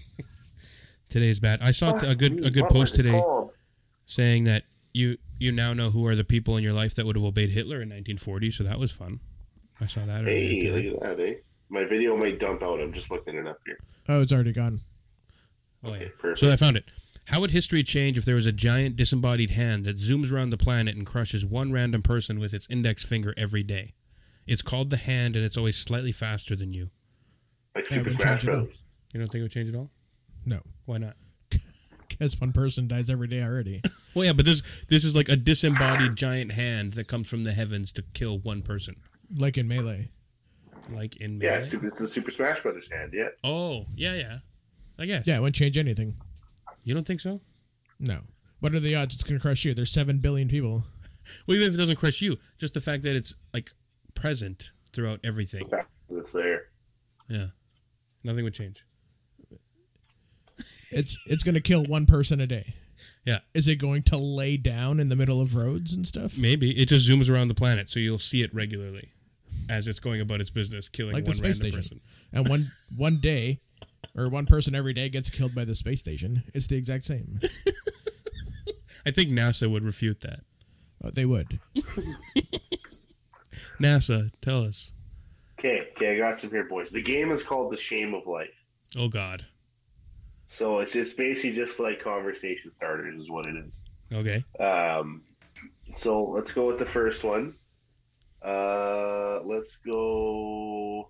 Today is bad. I saw t- a good a good
What was
post
it
today
called?
saying that you you now know who are the people in your life that would have obeyed Hitler in 1940. So that was fun. I saw that. earlier
Hey,
today.
look at that, eh? My video may dump out. I'm just looking it up here.
Oh, it's already gone.
Oh yeah.
perfect.
So I found it. How would history change if there was a giant disembodied hand that zooms around the planet and crushes one random person with its index finger every day? It's called the hand, and it's always slightly faster than you.
Like
Yeah,
Super
we
Smash
changed it up.
Brothers.
You don't think it would change at all?
No,
Why not?
because one person dies every day already.
Well, yeah, but this this is like a disembodied giant hand that comes from the heavens to kill one person,
like in melee.
like in
Yeah,
Melee.
super, it's the Super Smash Brothers hand. Yeah.
Oh, yeah, yeah. I guess.
Yeah, it wouldn't change anything.
You don't think so?
No. What are the odds it's going to crush you? There's seven billion people.
Well, even if it doesn't crush you, just the fact that it's like present throughout everything.
It's there.
Yeah, nothing would change.
It's it's going to kill one person a day.
Yeah.
Is it going to lay down in the middle of roads and stuff?
Maybe it just zooms around the planet, so you'll see it regularly as it's going about its business, killing
Like the
one random
space
person.
station. And one one day, or one person every day gets killed by the space station. It's the exact same.
I think NASA would refute that.
Oh, they would.
NASA, tell us.
Okay, okay, I got some here, boys. The game is called The Shame of Life.
Oh God.
So it's just basically just like conversation starters is what it is.
Okay.
Um, so let's go with the first one. Uh, let's go.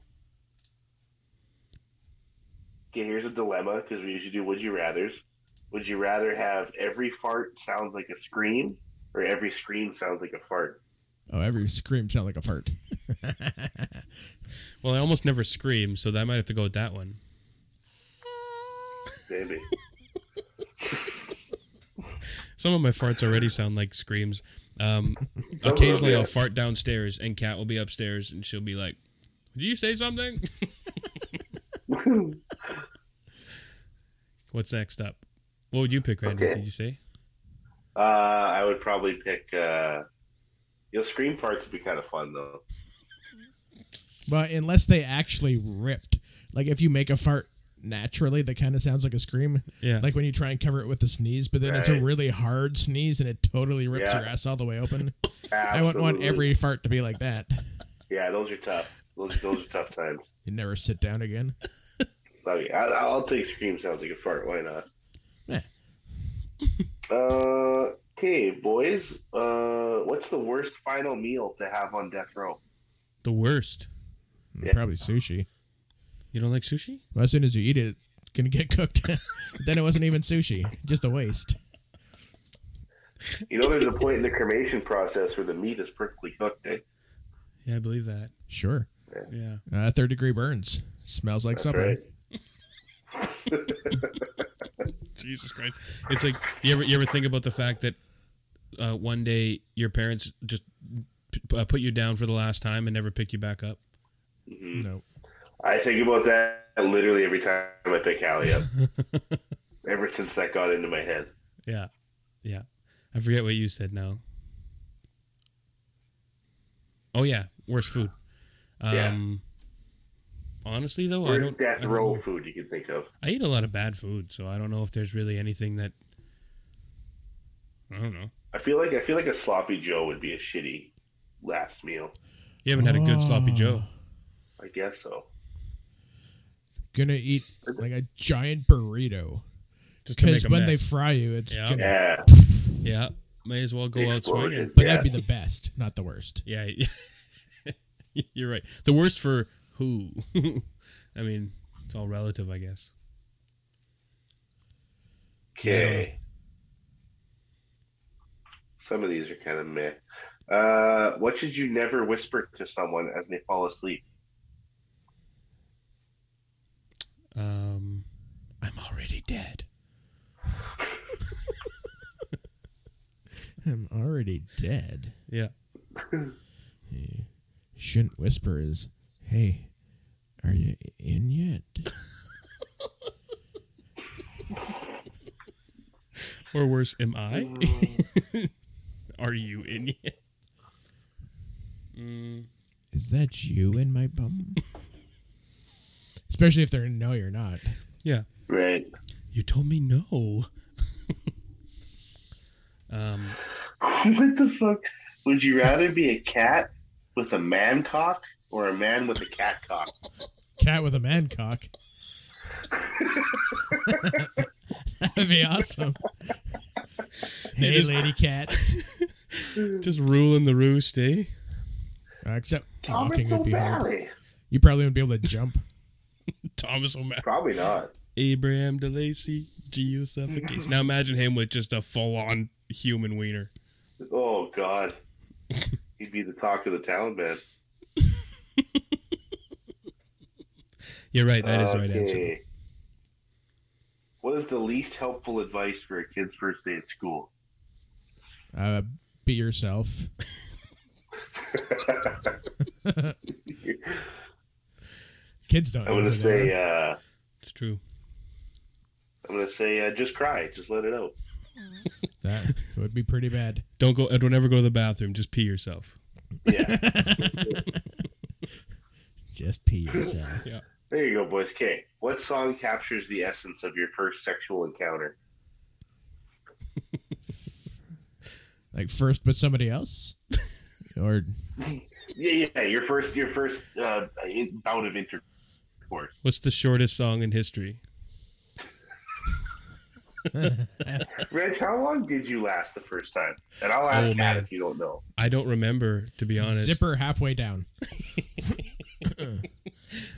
Okay, here's a dilemma because we usually do would you rather's. Would you rather have every fart sounds like a scream or every scream sounds like a fart?
Oh, every scream sounds like a fart.
Well, I almost never scream, so I might have to go with that one.
Maybe.
Some of my farts already sound like screams. Um,
Oh,
occasionally,
yeah.
I'll fart downstairs, and Kat will be upstairs, and she'll be like, "Did you say something?" What's next up? What would you pick, Randy?
Okay.
Did you say?
uh, I would probably pick. Uh, you know, scream farts would be kind of fun though.
But unless they actually ripped, like if you make a fart naturally, that kind of sounds like a scream.
Yeah.
Like when you try and cover it with a sneeze, but then it's a
Right.
really hard sneeze and it totally rips
Yeah.
your ass all the way open. I wouldn't want
Absolutely.
every fart to be like that.
Yeah, those are tough. Those those are tough times.
You never sit down again.
I mean, I, I'll take scream sounds like a fart. Why not?
Meh.
uh, okay, boys. Uh, what's the worst final meal to have on death row?
the worst.
Yeah.
Probably sushi.
You don't like sushi?
Well, as soon as you eat it, it's gonna get cooked. then it wasn't even sushi, just a waste.
You know, there's a point in the cremation process where the meat is perfectly cooked. Eh?
Yeah, I believe that.
Sure,
Yeah.
uh, third degree burns smells like supper.
right.
Jesus Christ. It's like you ever you ever think about the fact that uh, one day your parents just p- uh, put you down for the last time and never pick you back up.
No,
I think about that literally every time I pick Hallie up. Ever since that got into my head.
Yeah. Yeah. I forget what you said now. Oh yeah, worst food.
Yeah.
Um Honestly though, I
Worst
don't I
death
don't
row
know.
food you can think of.
I eat a lot of bad food, so I don't know if there's really anything that I don't know.
I feel like I feel like a sloppy Joe would be a shitty last meal.
You haven't had a good sloppy
Oh.
joe.
I guess so.
gonna eat like a giant burrito
Just to make
because
a
when
mess.
they fry you, it's
Yeah.
gonna.
Yeah.
yeah. May as well go out
Exploded.
swinging.
But
Yeah.
that'd be the best, not the worst.
Yeah, you're right. The worst for who? I mean, it's all relative, I guess.
Okay. Some of these are kind of meh. Uh, what should you never whisper to someone as they fall asleep?
Um, I'm already dead.
I'm already dead.
Yeah.
He shouldn't whisper is, hey, are you in yet?
Or worse, am I? Are you in yet? Mm,
Is that you in my bum? Especially if they're no, you're not.
yeah.
Right.
You told me no. um,
what the fuck? Would you rather be a cat with a man cock or a man with a cat cock?
Cat with a man cock. That'd be awesome. hey,
just-
lady cat.
just ruling the roost, eh?
Uh, except walking
Thomas
would be hard.
O'Malley.
You probably wouldn't be able to jump.
Thomas O'Malley.
Probably not.
Abraham DeLacy, Geo suffocates. Now imagine him with just a full on human wiener.
Oh God, he'd be the talk of the town, man.
You're right. That is the right answer.
Okay. What is the least helpful advice for a kid's first day at school?
Uh, be yourself. Kids don't.
I'm
know
gonna
who they
say,
are.
uh,
It's true.
I'm gonna say, uh, just cry, just let it out.
that would be pretty bad.
Don't go. Don't ever go to the bathroom. Just pee yourself.
Yeah,
Just pee yourself.
there you go, boys. Okay, what song captures the essence of your first sexual encounter?
like first with somebody else, or
Yeah, yeah, your first, your first uh, in- bout of intercourse.
What's the shortest song in history?
Reg, how long did you last the first time? And I'll ask
Oh,
Kat
man.
if you don't know.
I don't remember, to be honest.
zipper halfway down.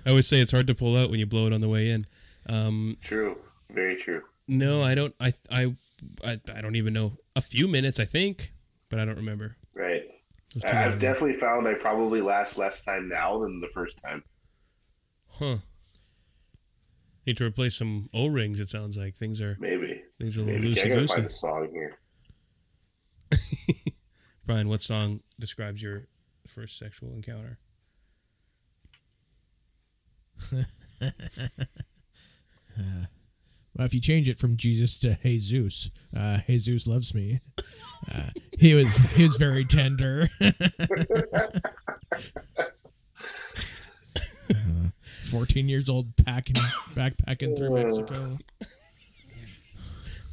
I always say it's hard to pull out when you blow it on the way in. Um,
True, very true.
no, I don't. I, I, I, I don't even know. A few minutes, I think, but I don't remember.
Right.
It was too
I,
long
I've
ago.
definitely found I probably last less time now than the first time.
Huh. Need to replace some O rings. It sounds like things are
Maybe.
things are a little
Maybe. Okay,
loosey
I gotta find
goosey.
a song here.
Brian, what song describes your first sexual encounter?
Well, if you change it from Jesus to Jesus, uh, Jesus loves me. Uh, he was he was very tender. Uh, Fourteen years old, packing backpacking through Mexico.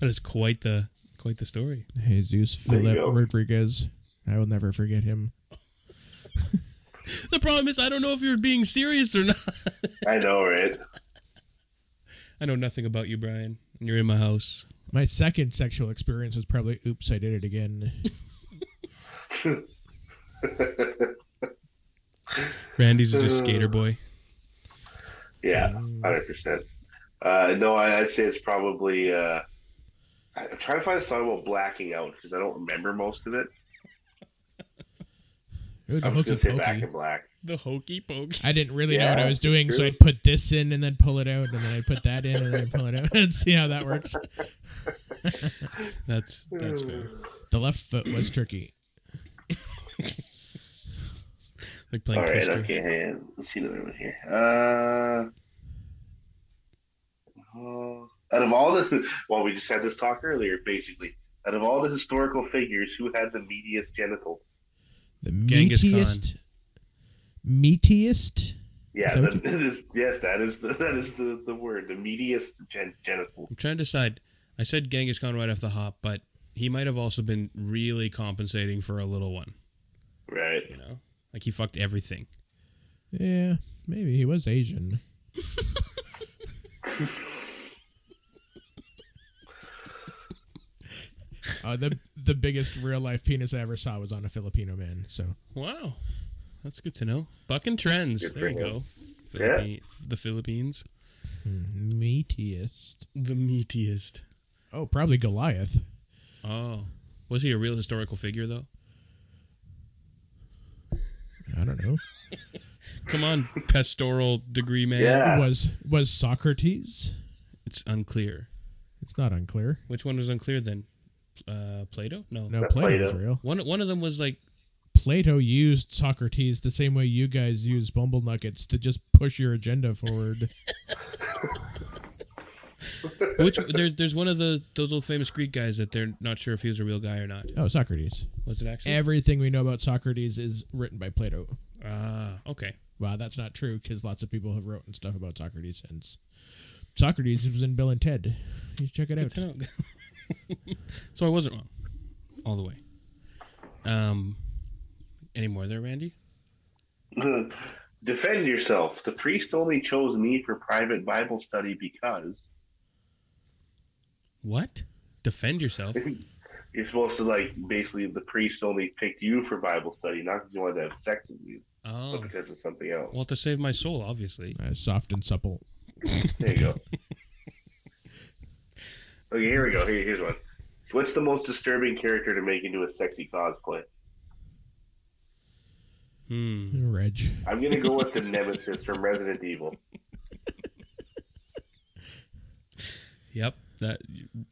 That is quite the quite the story.
Jesus
There you
Philip
go.
Rodriguez. I will never forget him.
The problem is I don't know if you're being serious or not.
I know, right?
I know nothing about you, Brian. And you're in my house.
My second sexual experience was probably oops, I did it again.
Randy's just
Uh.
skater boy.
Yeah,
Mm.
hundred percent. Uh, no, I, I'd say it's probably. Uh, I- I'm trying to find a song about blacking out because I don't remember most of it.
It was
I
a
was
hokey
gonna say
pokey.
Back in Black.
The hokey pokey.
I didn't really know
Yeah,
what I was doing, so
true.
I'd put this in and then pull it out, and then I'd put that in and then I'd pull it out and see how that works.
That's that's fair.
The left foot was tricky.
Like playing
All right,
Twister.
okay, hang on. Let's see another one here. Uh, uh, out of all the, well, we just had this talk earlier, basically. Out of all the historical figures, who had the meatiest genitals?
The
Genghis Khan.
meatiest. Meatiest?
Yeah,
Is that
that, that is, yes, that is the, that is the, the word, the meatiest gen- genitals.
I'm trying to decide. I said Genghis Khan right off the hop, but he might have also been really compensating for a little one.
Right.
You know, like he fucked everything.
Yeah, maybe he was Asian. uh, the the biggest real life penis I ever saw was on a Filipino man. So
Wow, that's good to know. Bucking trends.
Good for
there you
him.
go.
Yeah.
Philippi- The Philippines,
meatiest.
the meatiest.
Oh, probably Goliath.
Oh, was he a real historical figure though?
I don't know.
Come on, pastoral degree man.
Yeah.
Was was Socrates?
It's unclear.
It's not unclear.
Which one was unclear then? uh, Plato? No.
No,
That's
Plato was
Plato.
real.
One one of them was like
Plato used Socrates the same way you guys use Bumble Nuggets to just push your agenda forward.
which there's there's one of the those old famous Greek guys that they're not sure if he was a real guy or not.
oh, Socrates.
Was it actually?
Everything we know about Socrates is written by Plato.
Ah, okay.
Wow, that's not true because lots of people have written stuff about Socrates since. Socrates was in Bill and Ted. You should check it
Good
out.
to know. so I wasn't wrong all the way. Um, any more there, Randy?
Defend yourself. The priest only chose me for private Bible study because
What? Defend yourself.
you're supposed to like basically the priest only picked you for Bible study, not because you wanted to have sex with you, but
Oh,
because of something else.
well, to save my soul, obviously.
Uh, soft and supple.
There you go. okay, here we go. Here, here's one. What's the most disturbing character to make into a sexy cosplay?
Hmm.
Reg.
I'm gonna go with the Nemesis from Resident Evil.
Yep. That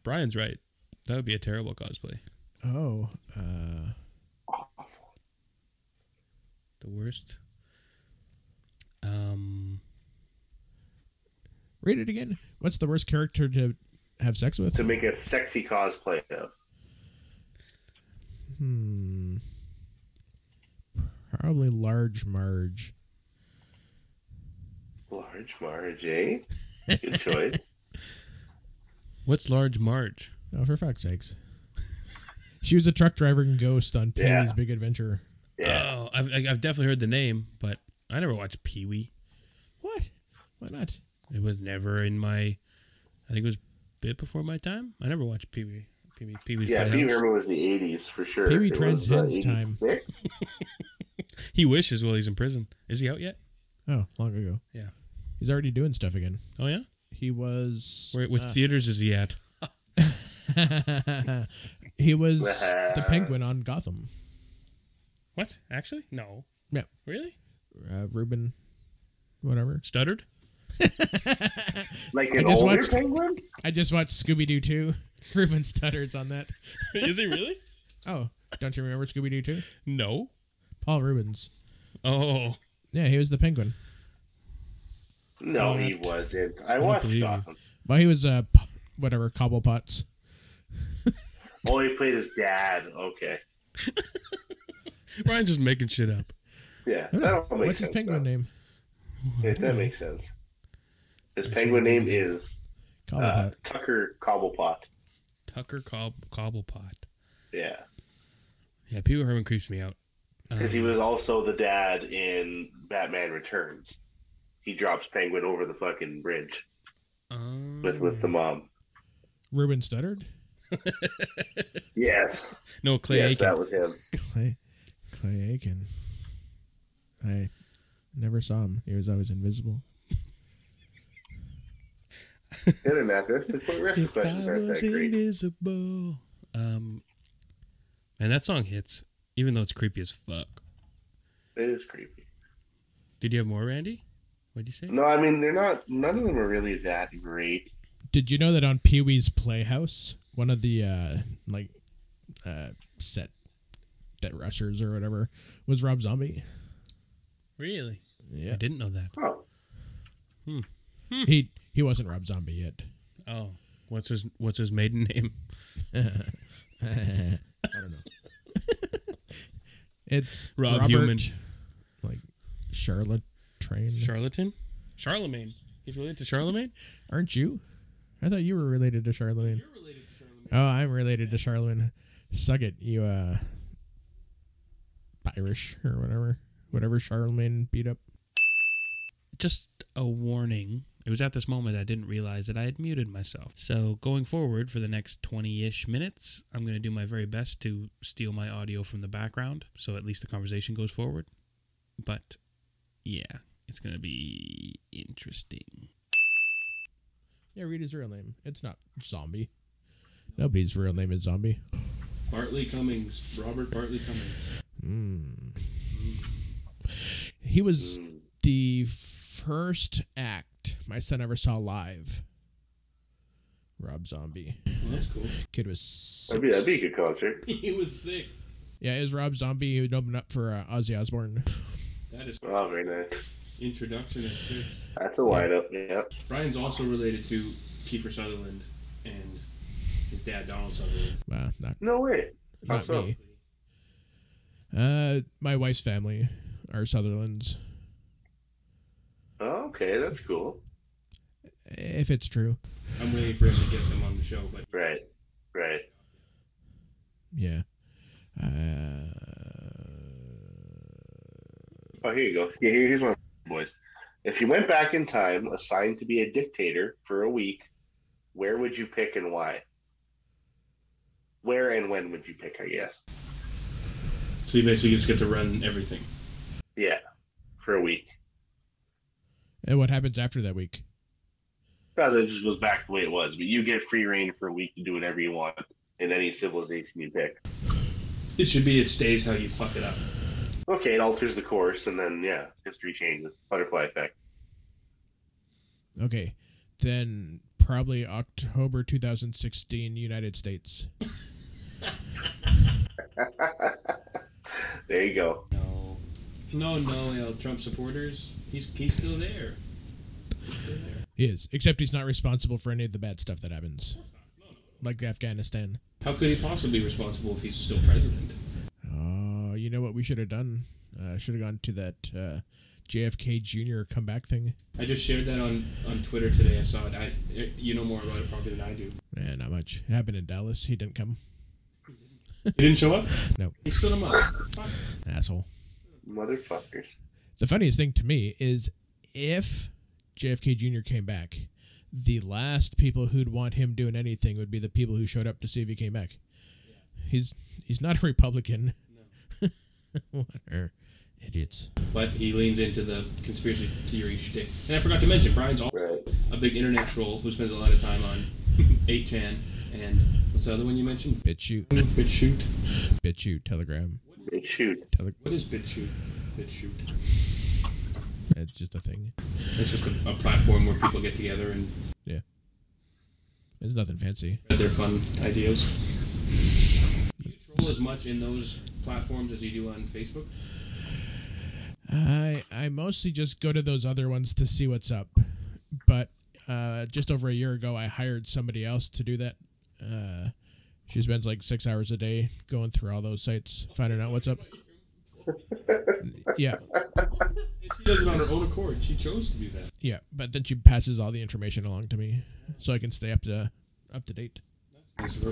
Brian's right. That would be a terrible cosplay.
Oh, uh,
The worst. Um.
read it again. What's the worst character to have sex with?
To make a sexy cosplay of.
Hmm. Probably large Marge.
Large Marge, eh? Good choice.
What's large Marge?
Oh, for fuck's sakes. she was a truck driver and ghost on Pee Wee's
Yeah.
Big Adventure.
Yeah.
Oh, I've, I've definitely heard the name, but I never watched Pee Wee.
What? Why not?
It was never in my. I think it was a bit before my time. I never watched Pee Wee. Pee Wee. Pee Wee's
Yeah, Pee Wee
Playhouse.
Herman was the 80s for sure.
Pee Wee
It was, uh,
transcends time.
86?
He wishes while he's in prison. Is he out yet?
Oh, long ago.
Yeah.
He's already doing stuff again.
Oh yeah.
He was.
Where, which theaters is he at?
he was the penguin on Gotham.
What? Actually, no.
Yeah.
Really?
Uh, Ruben, whatever.
Stuttered.
Like
I
an
just
older
watched-
penguin?
I just watched Scooby Doo 2. Ruben stutters on that.
is he really?
Oh, don't you remember Scooby Doo 2?
No.
Paul Rubens.
Oh.
Yeah, he was the penguin.
No,
What?
he wasn't. I watched
believe you.
Gotham.
Well, he was uh, p- whatever Cobblepot's.
Oh, he played his dad. Okay.
Brian's just making shit up.
Yeah. That all makes
What's his
sense.
penguin
though.
name?
Yeah, that makes sense. His penguin name is uh,
Cobblepot.
Tucker Cobblepot.
Tucker Cob- Cobblepot.
Yeah.
Yeah, Pee Wee Herman creeps me out.
Because he was
Uh-huh.
also the dad in Batman Returns. He drops Penguin over the fucking bridge
Um,
with, with the
Mm.
mom.
Ruben stuttered.
Yes.
no, Clay
yes,
Aiken.
that was him.
Clay, Clay Aiken. I never saw him. He was always invisible.
Didn't matter. It's a rest
If
question.
I was
That's that great.
invisible. Um, and that song hits, even though it's creepy as fuck.
It is creepy.
Did you have more, Randy? What'd you say?
No, I mean they're not. None of them are really that great.
Did you know that on Pee Wee's Playhouse, one of the uh, like uh, set debt rushers or whatever was Rob Zombie?
Really? I
Yeah,
didn't know that.
Oh,
Hmm.
he he wasn't Rob Zombie yet.
Oh, what's his what's his maiden name?
I don't know. it's
Rob
Robert,
Human.
like Charlotte Train.
Charlatan? Charlemagne. He's related to Charlemagne?
Aren't you? I thought you were related to Charlemagne. You're related to Charlemagne. Oh, I'm related to Charlemagne. Suck it, you uh Irish or whatever. Whatever Charlemagne beat up.
Just a warning. It was at this moment I didn't realize that I had muted myself. So, going forward for the next 20 ish minutes, I'm going to do my very best to steal my audio from the background so at least the conversation goes forward. But yeah, it's going to be interesting.
Yeah, read his real name. It's not zombie. Nobody's real name is zombie.
Bartley Cummings. Robert Bartley Cummings.
Hmm. He was the first act my son ever saw live Rob Zombie.
Well, oh, that's cool.
Kid was six.
That'd be, that'd be a good concert.
he was six.
Yeah, it was Rob Zombie who opened up for uh, Ozzy Osbourne.
That is
Oh, very nice.
introduction at six.
That's a lineup. Yeah.
Brian's also related to Kiefer Sutherland and his dad Donald Sutherland.
Well, not
No way. How
not
so?
me. Uh, my wife's family are Sutherlands,
Oh, okay, that's cool.
if it's true.
I'm waiting for us to get them on the show, but
Right, right.
Yeah. Uh,
Oh, here you go. Yeah, here- here's one, boys. If you went back in time, assigned to be a dictator for a week, where would you pick and why? Where and when would you pick? I guess.
so you basically just get to run everything.
Yeah, for a week.
and what happens after that week?
Rather, it just goes back to the way it was. But you get free reign for a week to do whatever you want in any civilization you pick.
It should be it stays how you fuck it up.
Okay, it alters the course, and then yeah, history changes. Butterfly effect.
Okay, then probably October 2016, United States.
There you go.
No. No, no, you know, Trump supporters. He's he's still there. He's still there.
He is, except he's not responsible for any of the bad stuff that happens,
No, no.
like Afghanistan.
How could he possibly be responsible if he's still president?
Oh, you know what we should have done? Uh, should have gone to that uh, JFK Jr. comeback thing.
I just shared that on, on Twitter today. I saw it. I eh, you know more about it probably than I do.
Eh, not much. It happened in Dallas. He didn't come.
He didn't show up.
No,
He stood him up. Fuck.
asshole.
Motherfuckers.
The funniest thing to me is if JFK Jr. came back, the last people who'd want him doing anything would be the people who showed up to see if he came back. He's he's not a Republican. what are idiots?
But he leans into the conspiracy theory shtick. And I forgot to mention, Brian's also
Right.
a big internet troll who spends a lot of time on 8chan and what's the other one you mentioned?
BitChute,
BitChute.
BitChute, Telegram,
They shoot.
Tele.
What is BitChute? BitChute.
It's just a thing.
It's just a, a platform where people get together and
It's nothing fancy.
get their fun ideas. Do you troll as much in those platforms as you do on Facebook?
I I mostly just go to those other ones to see what's up, but uh, just over a year ago, I hired somebody else to do that. Uh, she spends like six hours a day going through all those sites, finding out what's up. yeah,
And she does it on her own accord. She chose to do that.
yeah, but then she passes all the information along to me, so I can stay up to up to date.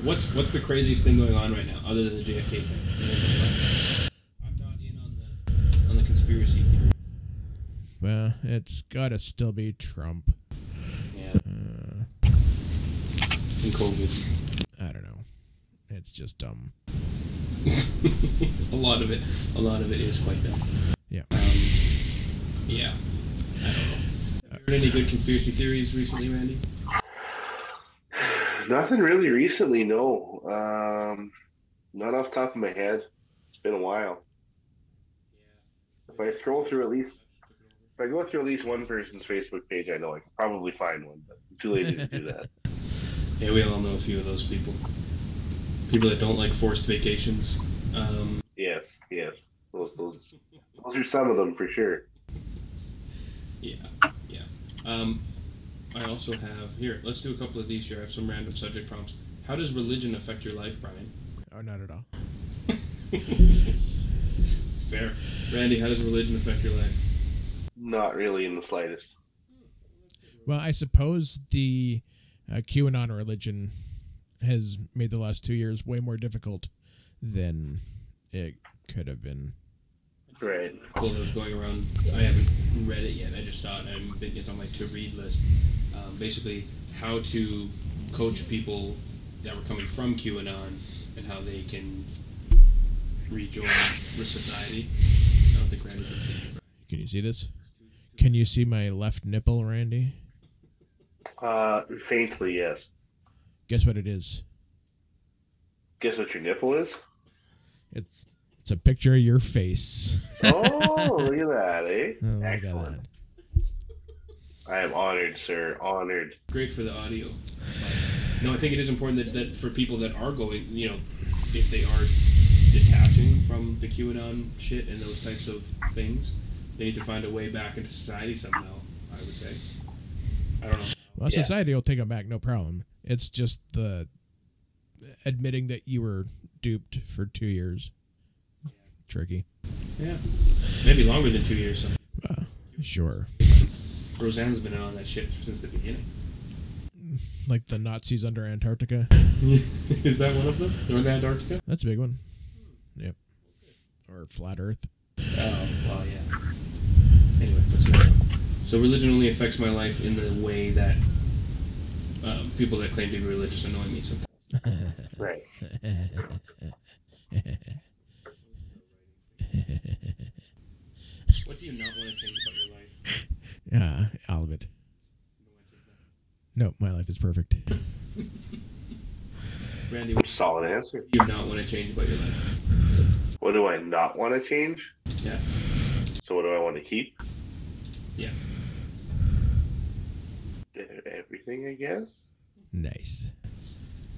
What's what's the craziest thing going on right now, other than the JFK thing? I'm not in on the on the conspiracy theory.
Well, it's gotta still be Trump.
Yeah. And COVID.
I don't know. It's just dumb.
a lot of it, a lot of it is quite dumb.
Yeah.
Um, yeah. I don't know. Have you heard any good conspiracy theories recently, Randy?
Nothing really recently, no. Um, not off the top of my head. It's been a while. If I scroll through at least, if I go through at least one person's Facebook page, I know I can probably find one, but I'm too lazy to do that.
Yeah, we all know a few of those people. People that don't like forced vacations. Um,
Yes, yes. Those, those, those are some of them for sure.
yeah, yeah. Um, I also have here. Let's do a couple of these here. I have some random subject prompts. How does religion affect your life, Brian?
Oh, not at all.
Fair. Randy, how does religion affect your life?
Not really in the slightest.
Well, I suppose the uh, QAnon religion has made the last two years way more difficult than it could have been.
Right.
article that was going around. I haven't read it yet. I just saw it. I'm big it's on my to read list. Um, basically, how to coach people that were coming from QAnon and how they can rejoin with society. I don't think Randy can see. it.
Can you see this? Can you see my left nipple, Randy?
Uh, faintly, yes.
Guess what it is?
Guess what your nipple is?
It's it's a picture of your face.
Oh, look at that, eh?
Oh, look at
Excellent. I am honored, sir. Honored.
Great for the audio. No, I think it is important that, that for people that are going, you know, if they are detaching from the QAnon shit and those types of things, they need to find a way back into society somehow. I would say. I don't know.
Well,
Yeah.
society will take them back, no problem. It's just the admitting that you were duped for two years. Tricky.
Yeah, maybe longer than two years. Some
Sure.
Roseanne's been in on that shit since the beginning.
Like the Nazis under Antarctica.
is that one of them? North Antarctica?
That's a big one. Yep. Or flat Earth.
Oh, well, yeah. Anyway, that's another one. So religion only affects my life in the way that um, people that claim to be religious annoy me sometimes.
Right.
What do you not want to change about your life?
Yeah, all of it. No, my life is perfect.
Randy, what
Solid answer.
do you not want to change about your life?
What do I not want to change?
Yeah.
So what do I want to keep?
Yeah.
E-, Everything, I guess.
Nice.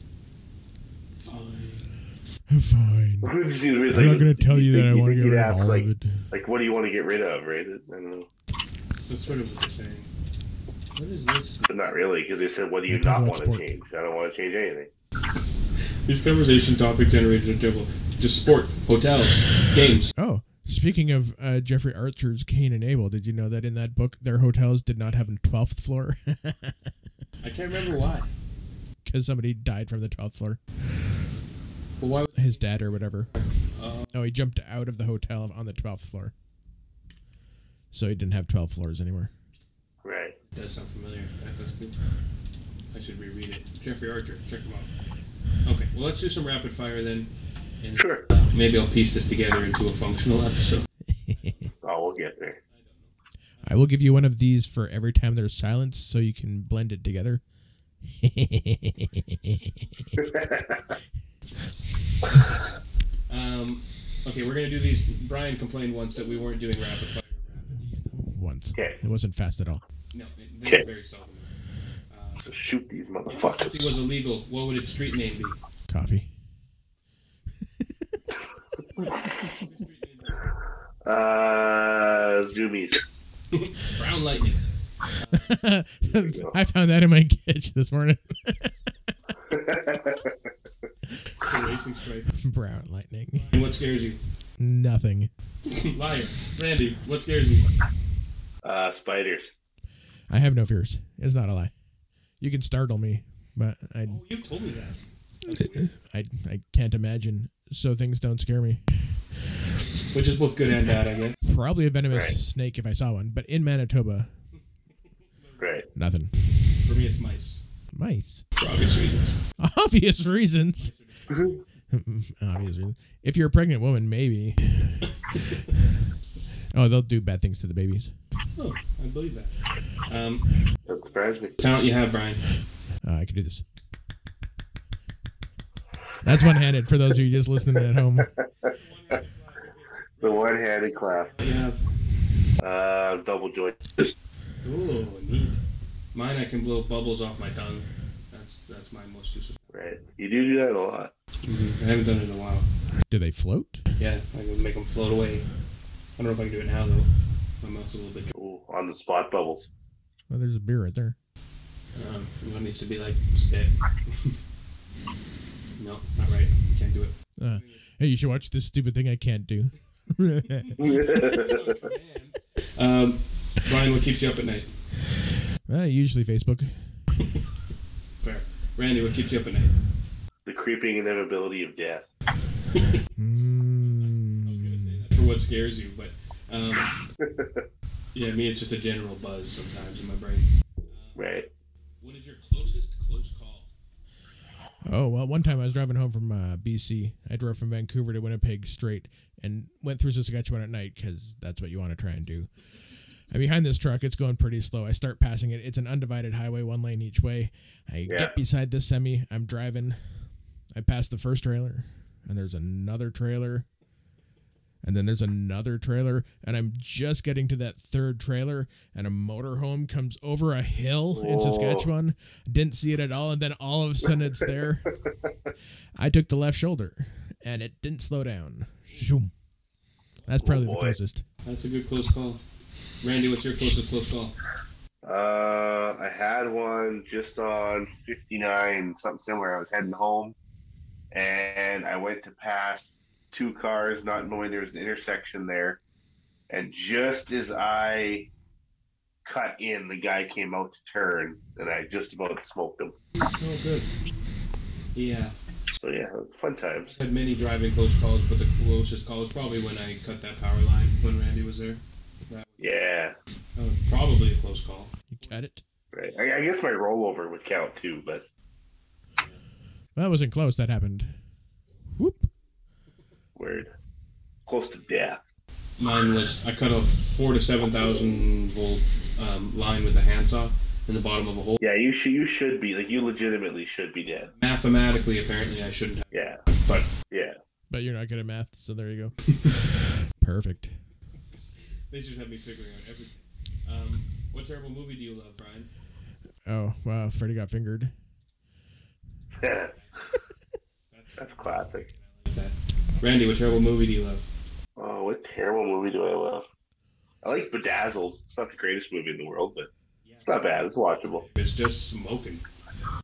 Fine.
Fine. I'm not gonna tell you that I want to get rid of all
like,
of it.
Like, what do you want to get rid of? Right? I don't know,
That's sort of what you're saying. What is this?
but not really, because they said, "What do you
We're talking
not
about
want
sport.
to change?" I don't want to change anything.
These conversation topic generators are terrible. Just sport, hotels, games.
Oh, speaking of uh, Jeffrey Archer's Cain and Abel, did you know that in that book their hotels did not have a twelfth floor
I can't remember why.
because somebody died from the twelfth floor,
But why?
his dad or whatever.
Uh,
No, he jumped out of the hotel on the twelfth floor, so he didn't have twelve floors anymore.
Right.
does sound familiar. That does too. I should reread it. Jeffrey Archer, check him out. Okay, well, let's do some rapid fire then. And
Sure.
uh, maybe I'll piece this together into a functional episode.
Oh, we'll get there.
I will give you one of these for every time there's silence, so you can blend it together.
Um, okay, we're going to do these. Brian complained once that we weren't doing rapid fire.
Once
Okay.
it wasn't fast at all.
No, they
Okay.
were very seldom.
So shoot these
If coffee was
motherfuckers.
illegal, what would its street name be?
Coffee.
Uh, zoomies.
Brown lightning.
I found that in my kitchen this morning.
The racing stripe.
Brown lightning.
And what scares you?
Nothing.
Liar. Randy, what scares you?
Uh, spiders.
I have no fears. It's not a lie. You can startle me, but I
Oh, you've told me that.
I I can't imagine. So things don't scare me.
Which is both good and bad, I guess.
Probably a venomous
Right.
snake if I saw one, but in Manitoba,
Right.
nothing.
For me, it's mice.
Mice.
For obvious reasons.
Obvious reasons. Obvious reasons. If you're a pregnant woman, maybe. oh, they'll do bad things to the babies.
Oh, I believe that. Um,
That surprised me.
talent you have, Brian.
Uh, I could do this. That's one-handed for those of you just listening at home.
The one-handed clap.
What you have.
Uh, double joint.
Oh, neat. Mine, I can blow bubbles off my tongue. That's that's my most useful.
Right. You do do that a lot.
Mm-hmm. I haven't done it in a while.
Do they float?
Yeah, I can make them float away. I don't know if I can do it now though. My mouth's a little bit.
Ooh, on the spot bubbles.
Oh, there's a beer right there.
Um, you know, it needs to be like spit. no, not right. Can't do it.
Uh, hey, you should watch this stupid thing I can't do.
Um, Brian, what keeps you up at night?
Uh, usually Facebook.
Fair. Randy, what keeps you up at night?
the creeping inevitability of death.
Mm,
For what scares you, but um, yeah, me, it's just a general buzz sometimes in my brain.
Right.
What is your closest close call?
oh well, one time I was driving home from uh, BC. I drove from Vancouver to Winnipeg straight and went through Saskatchewan at night because that's what you want to try and do. I'm behind this truck. It's going pretty slow. I start passing it. It's an undivided highway, one lane each way. I
Yeah.
get beside this semi. I'm driving. I pass the first trailer, and there's another trailer. And then there's another trailer, and I'm just getting to that third trailer, and a motorhome comes over a hill in
Whoa.
Saskatchewan. Didn't see it at all, and then all of a sudden it's there. I took the left shoulder, and it didn't slow down. Zoom. That's probably the
Oh, boy.
closest.
That's a good close call. Randy, what's your closest close call?
Uh, I had one just on 59, something similar. I was heading home, and I went to pass two cars, not knowing there was an intersection there. And just as I cut in, the guy came out to turn, and I just about smoked him.
Oh, good. Yeah,
So yeah, it was fun times.
I've had many driving close calls, but the closest call was probably when I cut that power line when Randy was there.
Yeah,
That was probably a close call.
You got it.
right. I, I guess my rollover would count too, but
Well, that wasn't close. That happened. Whoop.
weird. Close to death.
Mine was I cut a four to seven thousand volt um, line with a handsaw in the bottom of a hole.
Yeah, you should you should be like you legitimately should be dead.
Mathematically, apparently, I shouldn't. have.
Yeah,
But
yeah.
But you're not good at math, so there you go. Perfect.
they just had me figuring out everything. Um, what terrible movie do you love, Brian?
Oh, wow. Freddy got fingered.
That's classic.
Randy, what terrible movie do you love?
Oh, what terrible movie do I love? I like Bedazzled. It's not the greatest movie in the world, but it's not bad. It's watchable.
It's just smoking.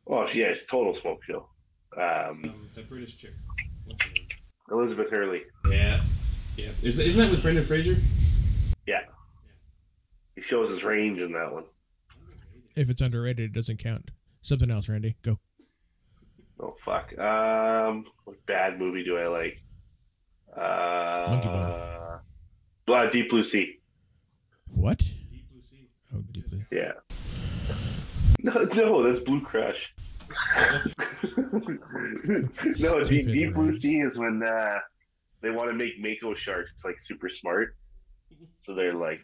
Oh, yeah, it's a total smoke show. Um,
Um, that British chick. What's her name?
Elizabeth Hurley.
Yeah, yeah. Is, isn't that with Brendan Fraser?
Yeah. He shows his range in that one.
If it's underrated, it doesn't count. Something else, Randy. Go.
Oh, fuck. Um, what bad movie do I like? Uh,
Monkey
Blood, Deep Blue Sea.
What?
Deep Blue Sea.
Oh, deeply.
Yeah. No, no, that's Blue Crush. no,
Stupid
Deep, Deep Blue
rhymes.
Sea is when uh, they want to make Mako sharks like super smart. So they're like,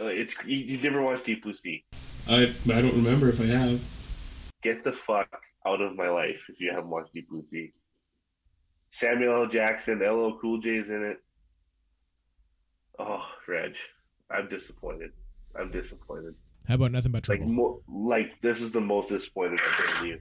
uh, it's you, you never watched Deep Blue Sea.
I I don't remember if I have.
Get the fuck out of my life if you haven't watched Deep Blue Sea. Samuel L. Jackson, LL Cool J's in it. Oh, Reg, I'm disappointed. I'm disappointed.
How about nothing but
Like,
trouble?
mo- like this is the most disappointed I've been in you.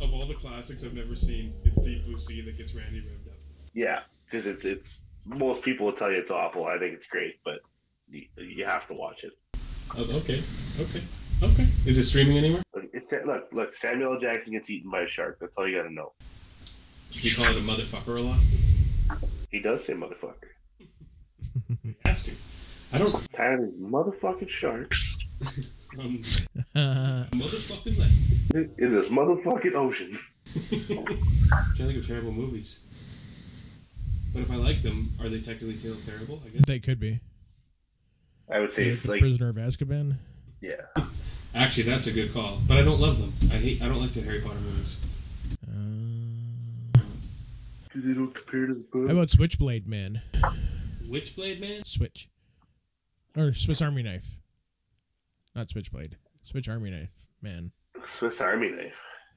Of all the classics I've never seen, it's Deep Blue Sea that gets Randy revved up.
Yeah, because it's it's most people will tell you it's awful. I think it's great, but you, you have to watch it.
Oh, okay, okay, okay. Is it streaming anywhere?
Look, it's, look, look, Samuel L. Jackson gets eaten by a shark. That's all you gotta know.
We call it a motherfucker a lot.
He does say motherfucker.
It has to. I don't.
Tired of these motherfucking sharks
Um,
Uh,
motherfucking like.
in this motherfucking ocean.
Trying to think of terrible movies. But if I like them, are they technically still terrible? I guess.
they could be.
I would say
Like
it's
the
like
Prisoner of Azkaban.
yeah.
Actually, that's a good call. But I don't love them. I hate. I don't like the Harry Potter movies.
Uh,
Because they don't compare to the book.
how about Switchblade Man?
Witchblade Man.
Switch. Or Swiss Army Knife. Not Switchblade. Switch Army Knife Man.
Swiss Army Knife.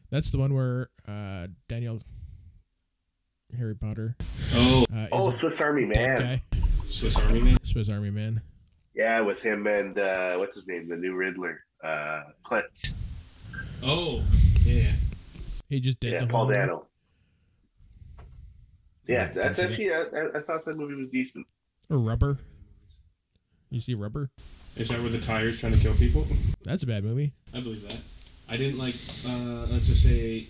That's the one where uh, Daniel Harry Potter
Oh,
uh, is
Oh,
a
Swiss Army
dead
Man.
guy.
Swiss Army Man.
Swiss Army Man.
Yeah, with him and uh, what's his name, the new Riddler, uh, Clint.
Oh, yeah. yeah.
He just did
Yeah,
the
Paul
whole
Dano. Yeah,
Yeah,
that's
that's
actually. I, I- I thought that movie was decent.
Or rubber. You see rubber?
Is that where the tires trying to kill people?
That's a bad movie.
I believe that. I didn't like. Uh, let's just say,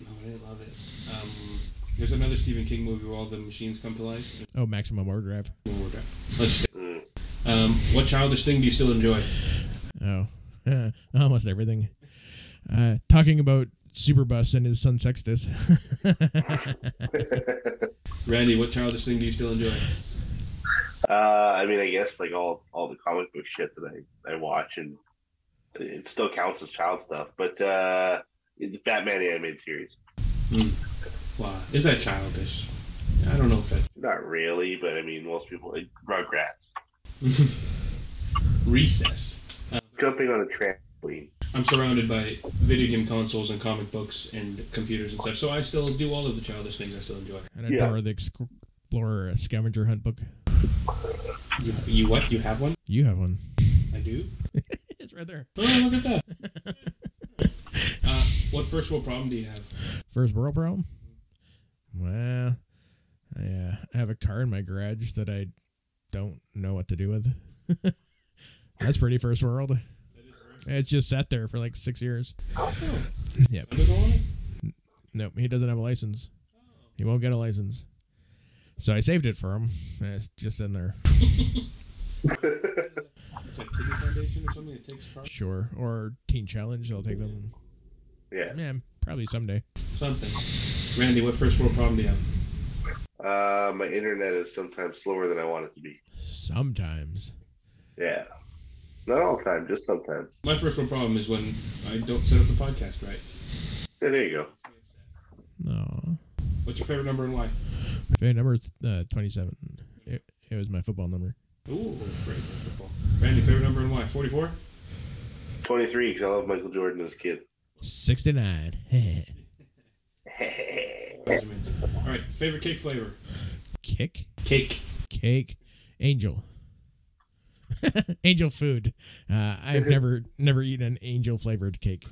no, I didn't love it. Um, there's another Stephen King movie where all the machines come to life.
Oh, Maximum Overdrive.
Let's just
Mm.
say, um, what childish thing do you still enjoy?
Oh, almost everything. Uh, talking about Superbus and his son Sextus.
Randy, what childish thing do you still enjoy?
Uh, I mean, I guess like all all the comic book shit that I I watch and it still counts as child stuff. But uh, the Batman animated series,
Wow, is that childish? I don't know if that.
not really, but I mean, most people like Rugrats
Recess. Uh,
jumping on a trampoline.
I'm surrounded by video game consoles and comic books and computers and stuff, so I still do all of the childish things I still enjoy.
and
Yeah.
adore the, exc- explorer, a scavenger hunt book?
You, you what? You have one?
You have one.
I do.
It's right there.
Oh, look at that. Uh, what first world problem do you have?
First world problem? Well, yeah, I have a car in my garage that I don't know what to do with. That's pretty first world. It just sat there for like six years. Yep.
Under the line?
Nope. He doesn't have a license. He won't get a license. So I saved it for him. and It's just in there.
It's like Kidney Foundation or something that takes cars?
Sure. Or Teen Challenge. I'll take them.
Yeah.
Yeah, probably someday.
Something. Randy, what first world problem do you have?
Uh, my internet is sometimes slower than I want it to be.
Sometimes.
Yeah. Not all the time, just sometimes.
My first world problem is when I don't set up the podcast right.
Yeah, there you go.
No.
What's your favorite number and why?
My favorite number is uh, 27. It, it was my football number.
Ooh, great for football. Randy, favorite number and why? 44?
23, because I love Michael Jordan as a kid.
69.
All right, favorite cake flavor?
Kick?
Cake.
Cake? Angel. angel food. Uh, I've never never eaten an angel flavored cake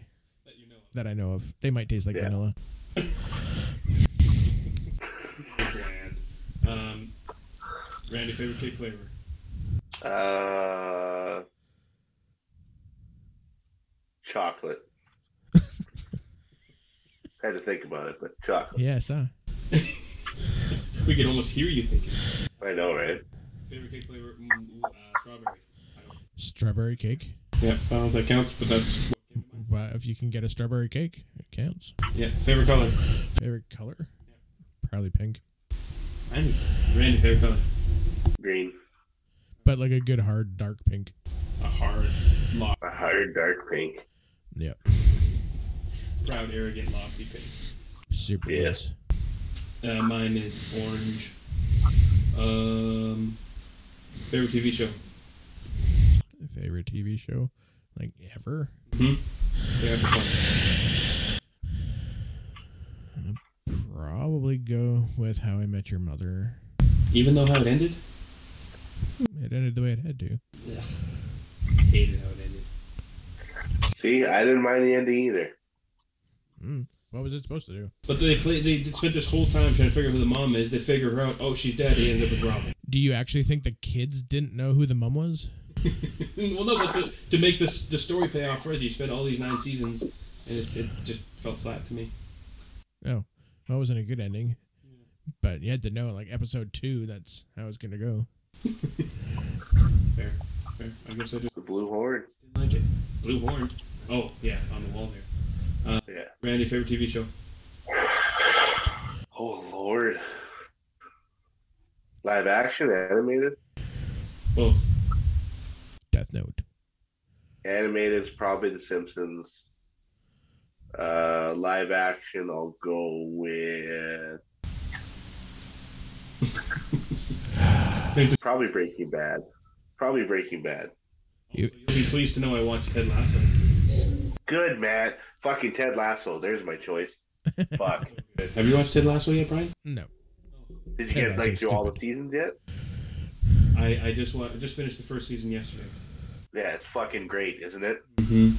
That you know of.
that I know of. They might taste like
Yeah.
vanilla.
Grand. Um, Randy, favorite cake flavor?
Uh, chocolate. Had to think about it, but chocolate.
Yes, uh, huh?
We can almost hear you thinking.
I know, right?
Favorite cake flavor? Mm, ooh, uh, strawberry.
Strawberry cake.
Yeah, I don't know if that counts, but that's.
But if you can get a strawberry cake, it counts.
Yeah, favorite color?
Favorite color? Probably pink.
Randy, Randy favorite color?
Green.
But like a good hard dark pink.
A hard, lock,
A hard dark pink.
Yeah.
proud, arrogant, lofty pink.
Super
Yeah.
nice.
Uh, mine is orange. Um, favorite TV show?
Favorite TV show? Like ever?
Hmm. Favorite color?
Probably go with How I Met Your Mother.
Even though how it ended?
It ended the way it had to.
Yes. Hated how it ended.
See, I didn't mind the ending either.
Mm. What was it supposed to do?
But they play. They spent this whole time trying to figure out who the mom is. They figure her out. Oh, she's dead. He ends up with Robin.
Do you actually think the kids didn't know who the mum was?
Mm, well, no, but to, to make this the story pay off further, you spend all these nine seasons, and it, it just felt flat to me.
Oh, that wasn't a good ending. But you had to know, like episode two, that's how it's gonna go.
Fair, fair. I guess I just
The blue horn.
didn't like it. Blue horn. Oh yeah, on the wall there.
Yeah.
Randy, favorite TV show?
Oh lord. Live action, animated.
Both.
Death Note.
Animated is probably The Simpsons. Uh, live action, I'll go with probably Breaking Bad. Probably Breaking Bad.
You-
You'll be pleased to know I watched Ted Lasso.
Good, Matt. Fucking Ted Lasso. There's my choice. Fuck.
Have you watched Ted Lasso yet, Brian?
No.
Did you
Ted
get like
Lasso's
through all the
stupid.
seasons yet?
I, I just wa- I just finished the first season yesterday.
Yeah, it's fucking great, isn't it?
Mm-hmm.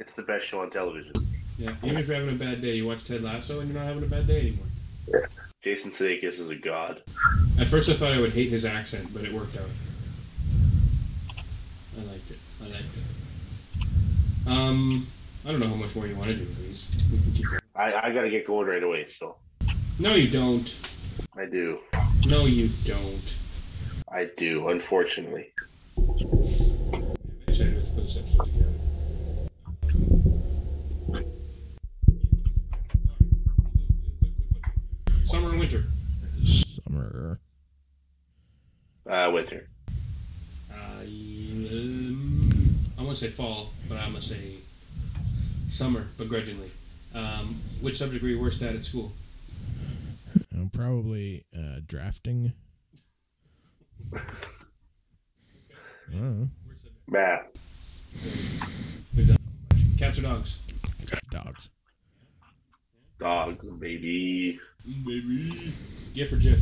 It's the best show on television.
Yeah. Even if you're having a bad day, you watch Ted Lasso, and you're not having a bad day anymore.
Jason Sudeikis is a god.
At first, I thought I would hate his accent, but it worked out. I liked it. I liked it. Um, I don't know how much more you want to do with these. We can keep going.
I, I gotta get going right away, so
No, you don't.
I do.
No, you don't.
I do, unfortunately.
Actually, let's put this episode together. Summer and winter.
Summer.
Uh, Winter.
Uh,
uh,
um, I want to say fall, but I'm gonna say summer, begrudgingly. Um, which subject were you worst at at school?
Uh, probably uh, drafting. I don't know.
Matt.
We've done cats or dogs.
Dogs.
Dogs, baby.
Baby. GIF or GIF?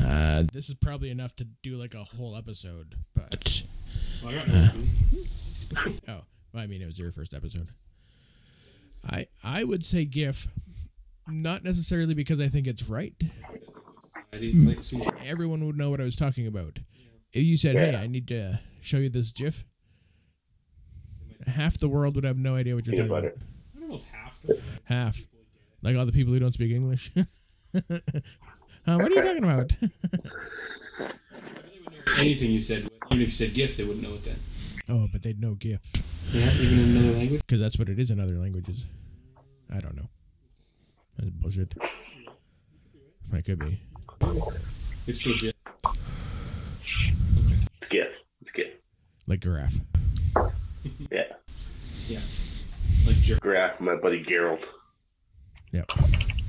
Uh, this is probably enough to do like a whole episode, but
Well, I got no
oh, well, I mean, it was your first episode. I I would say GIF, not necessarily because I think it's right.
society. Like, see,
Everyone would know what I was talking about. If you said, "Hey, I need to show you this GIF," half the world would have no idea what you're
Peanut
talking
butter.
about.
I don't know if half the
Half, like all the people who don't speak English. uh, what are you talking about?
anything you said, even if you said gift, they wouldn't know it then.
oh, but they'd know GIF
Yeah, even in another language.
because that's what it is in other languages. I don't know. That's bullshit. That could be.
It's still gift.
Skip. Skip.
like giraffe.
Yeah.
Yeah. Like giraffe.
Graph, my buddy Gerald.
Yep.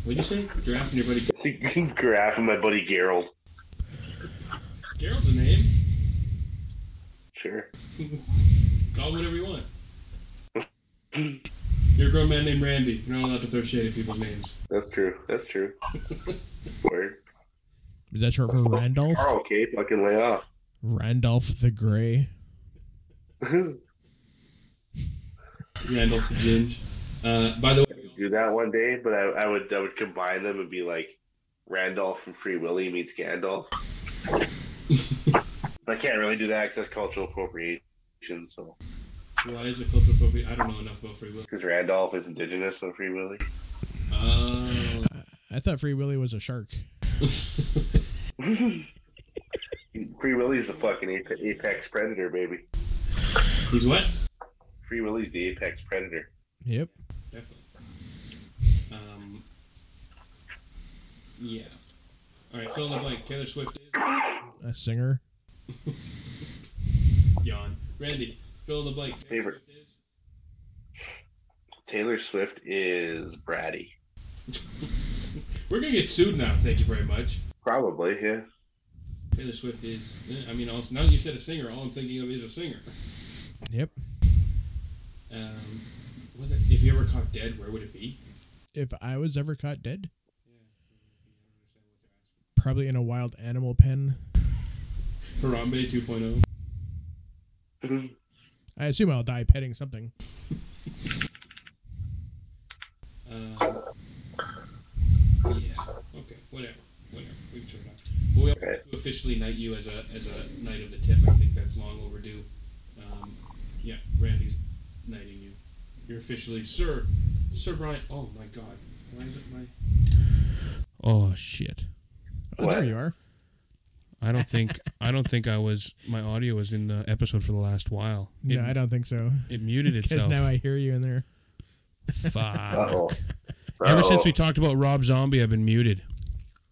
What'd you say? Giraffe and your buddy.
Graph, my buddy Gerald.
Gerald's a name.
Sure.
Call him whatever you want. You're a grown man named Randy. You're not allowed to throw shade at people's names.
That's true. That's true. Word.
Is that short for Randolph?
Oh, okay. Fucking lay off.
Randolph the Grey.
Do
Randolph the Ginge. Uh, by the way,
that one day, but I, I would I would combine them and be like Randolph from Free Willy meets Gandalf. I can't really do that because that's cultural appropriation. So,
why is it cultural appropriate? I don't know enough about free will.
because Randolph is indigenous on Free Willy.
Oh.
I thought Free Willy was a shark.
Free Willy's the fucking ape- apex predator, baby.
He's what?
Free Willy's the apex predator.
Yep.
Definitely. Um, yeah. All right, fill in the blank. Taylor Swift is.
A singer.
Yawn. Randy, fill in the blank. Taylor
Favorite.
Swift is-
Taylor Swift is bratty.
We're going to get sued now, thank you very much.
Probably, yeah.
Taylor Swift is. eh, I mean, also, now that you said a singer, all I'm thinking of is a singer.
Yep.
Um, what the- if you ever caught dead, where would it be?
If I was ever caught dead, probably in a wild animal pen.
Harambe oh? 2.0.
I assume I'll die petting something.
Um, yeah. Okay. Whatever. Whatever. We can turn it off. But we also
Okay.
have to officially knight you as a as a knight of the tip. I think that's long overdue. Um, yeah, Randy's knighting you. You're officially Sir Sir Brian. Oh my God. Why is it my?
Oh shit!
Oh, there
What?
you are.
I don't think I don't think I was. My audio was in the episode for the last while. It,
No, I don't think so.
it muted
Because
itself.
now I hear you in there.
Uh
Fuck.
oh.
Ever since we talked about Rob Zombie, I've been muted.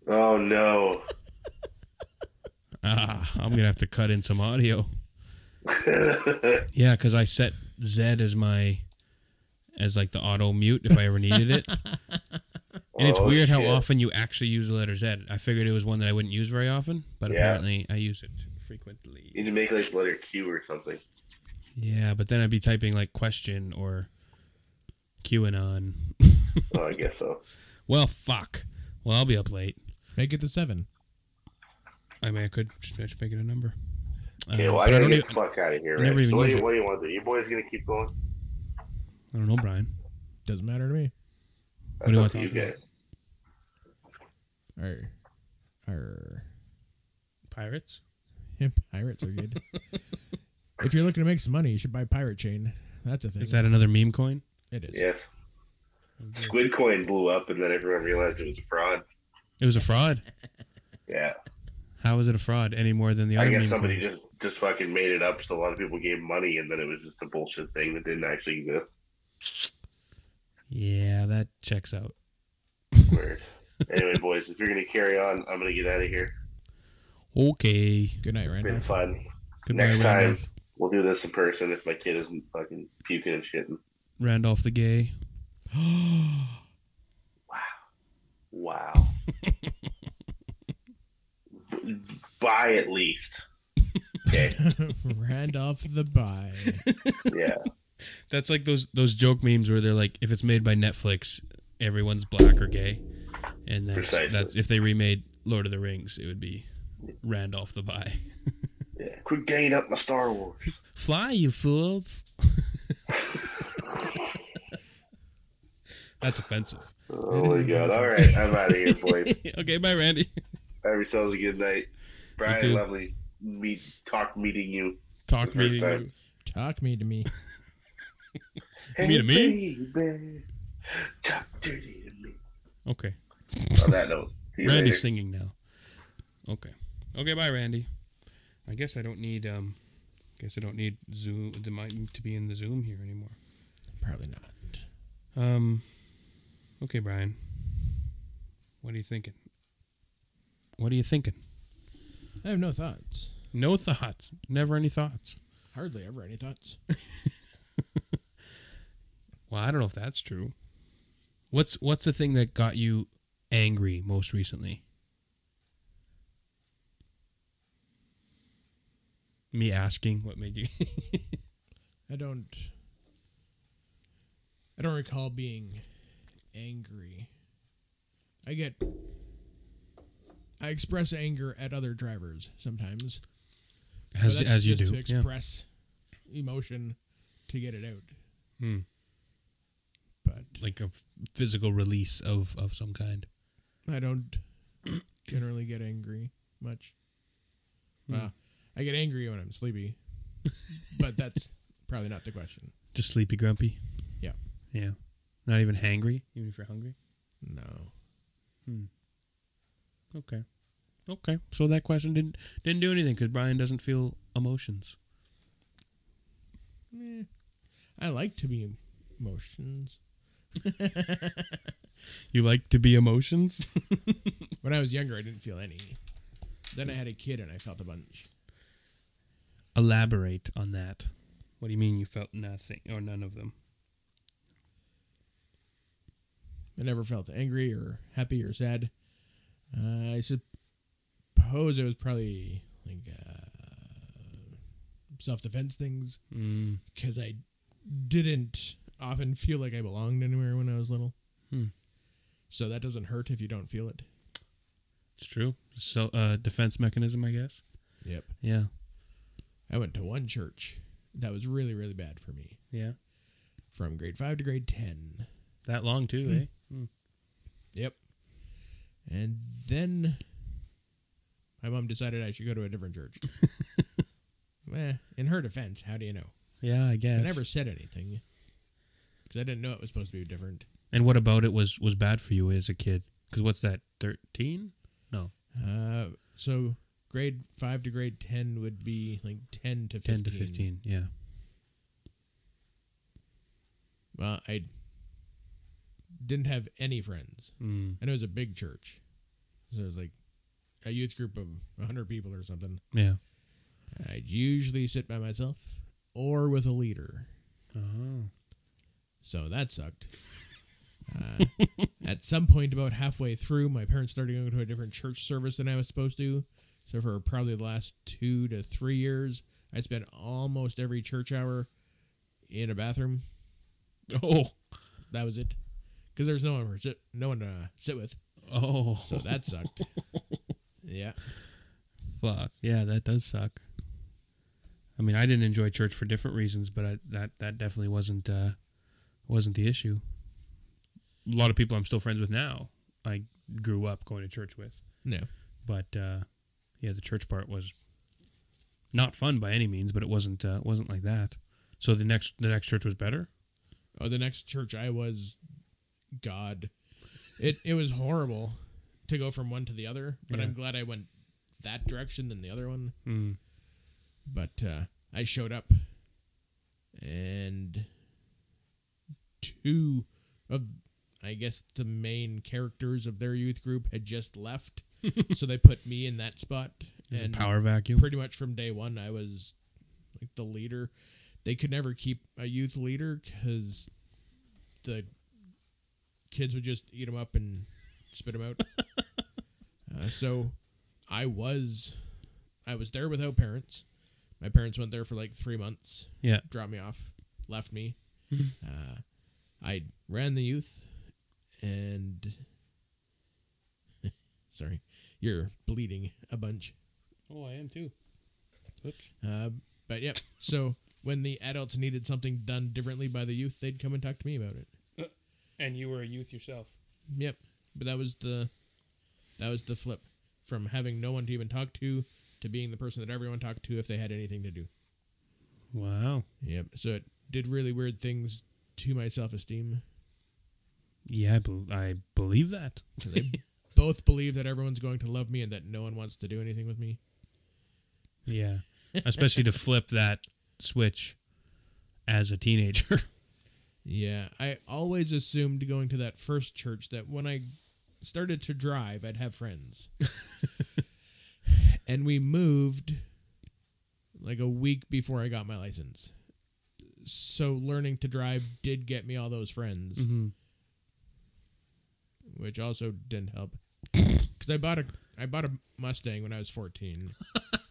Oh no.
Ah, I'm gonna have to cut in some audio. Yeah, because I set Zed as my as like the auto mute if I ever needed it. And it's
Oh,
weird how
shit.
often you actually use the letter Z. I figured it was one that I wouldn't use very often, but
Yeah.
apparently I use it frequently.
You need to make like letter Q or something.
Yeah, but then I'd be typing like question or QAnon.
Oh, I guess so.
Well, fuck. Well, I'll be up late.
Make it the seven.
I mean, I could just just make it a number.
Okay,
Uh,
well, I
but I
gotta
don't
get
even,
the fuck out of here.
I never
Right?
even
So what, do
use
you,
it.
what do you want to do? Your boy's gonna keep going.
I don't know, Brian.
Doesn't matter to me.
What do you want
Up to
to
you
talk about?
guys?
Arr. Arr.
Pirates?
Yeah, pirates are good. if you're looking to make some money, you should buy Pirate Chain. That's a thing.
Is that another meme coin?
it is.
Yes. Squid coin blew up, and then everyone realized it was a fraud.
It was a fraud.
Yeah,
How is it a fraud any more than the
I
other
guess
meme
somebody
coins?
just just fucking made it up, so a lot of people gave money, and then it was just a bullshit thing that didn't actually exist.
Yeah, that checks out.
Word. anyway, boys, if you're gonna carry on, I'm gonna get out of here.
Okay.
Good night,
It's been
Randolph.
fun.
Goodbye,
Next time.
Randolph.
We'll do this in person if my kid isn't fucking puking and shitting.
Randolph the gay.
Wow. B- By at least. Okay.
Randolph the Bye.
Yeah.
That's like those those joke memes where they're like, if it's made by Netflix, everyone's black or gay, and that's
Precisely.
that's if they remade Lord of the Rings, it would be Randolph the Pie.
Yeah. Quit gaying up my Star Wars.
Fly, you fools. That's offensive.
Oh my god. All right. I'm out of here, boys.
okay, bye, Randy.
Have yourselves a good night. Brian,
too.
lovely meet talk meeting you.
Talk me. to
Bye.
you.
Talk me to me.
mean to me?
Baby, talk dirty to me.
Okay.
On that note, see you later.
Randy's singing now. Okay. Okay, bye, Randy. I guess I don't need. Um, guess I don't need Zoom. The mic to be in the Zoom here anymore.
Probably not.
Um. Okay, Brian. What are you thinking? What are you thinking?
I have no thoughts.
No thoughts. Never any thoughts.
Hardly ever any thoughts.
Well, I don't know if that's true. What's What's the thing that got you angry most recently? Me asking what made you.
I don't. I don't recall being angry. I get. I express anger at other drivers sometimes. but
as
that's
as you
just
do.
To
Yeah.
express emotion to get it out.
Hmm.
But
Like a f- physical release of, of some kind.
I don't generally get angry much. Well, I get angry when I'm sleepy, but that's probably not the question.
Just sleepy grumpy.
Yeah.
Yeah. Not even hangry, even if you're hungry.
No.
Okay. Okay. So that question didn't didn't do anything because Brian doesn't feel emotions.
Eh, I like to be emotions.
You like to be emotions?
When I was younger, I didn't feel any. Then I had a kid and I felt a bunch.
Elaborate on that. What do you mean you felt nothing or none of them?
I never felt angry or happy or sad. Uh, I suppose it was probably like uh, self defense things
Mm.
because I didn't often feel like I belonged anywhere when I was little.
Hmm.
So that doesn't hurt if you don't feel it.
It's true. So uh, defense mechanism, I guess.
Yep.
Yeah.
I went to one church that was really, really bad for me
Yeah.
from grade five to grade 10.
That long too, eh?
Yep. And then my mom decided I should go to a different church. eh, in her defense, how do you know?
Yeah, I guess.
I never said anything because I didn't know it was supposed to be different.
And what about it was was bad for you as a kid? Because what's that? Thirteen? No,
Uh, so grade five to grade 10 would be like 10 to 15.
ten to fifteen. Yeah.
Well, I didn't have any friends.
Mm.
And it was a big church. So it was like a youth group of 100 people or something.
Yeah.
I'd usually sit by myself or with a leader.
Oh.
So that sucked. Uh, at some point, about halfway through, my parents started going to a different church service than I was supposed to. So for probably the last two to three years, I spent almost every church hour in a bathroom.
Oh.
That was it, because there's no one for sit, no one to sit with.
Oh.
So that sucked. yeah,
Fuck. Yeah, that does suck. I mean, I didn't enjoy church for different reasons, but I, that that definitely wasn't uh, wasn't the issue. A lot of people I'm still friends with now. I grew up going to church with,
no,
but uh, yeah, the church part was not fun by any means, but it wasn't uh, wasn't like that. So the next the next church was better.
Oh, the next church I was, God, it it was horrible to go from one to the other. But
Yeah.
I'm glad I went that direction than the other one.
Mm.
But uh, I showed up, and two of I guess the main characters of their youth group had just left, so they put me in that spot.
It was a
and
power vacuum.
pretty much from day one i was like the leader they could never keep a youth leader because the kids would just eat them up and spit them out uh, so i was i was there without parents my parents went there for like three months
yeah.
dropped me off left me uh, i ran the youth and sorry you're bleeding a bunch
Oh, I am too. Oops.
Uh, but yep. So when the adults needed something done differently by the youth, they'd come and talk to me about it.
And you were a youth yourself.
Yep. But that was the that was the flip from having no one to even talk to to being the person that everyone talked to if they had anything to do.
Wow.
Yep. So it did really weird things to my self esteem.
Yeah, I, bel I believe that.
They both believe that everyone's going to love me and that no one wants to do anything with me.
Yeah. Especially to flip that switch as a teenager.
Yeah, I always assumed going to that first church that when I started to drive, I'd have friends. and we moved like a week before I got my license. So learning to drive did get me all those friends,
Mm-hmm.
which also didn't help because I bought a I bought a Mustang when I was fourteen.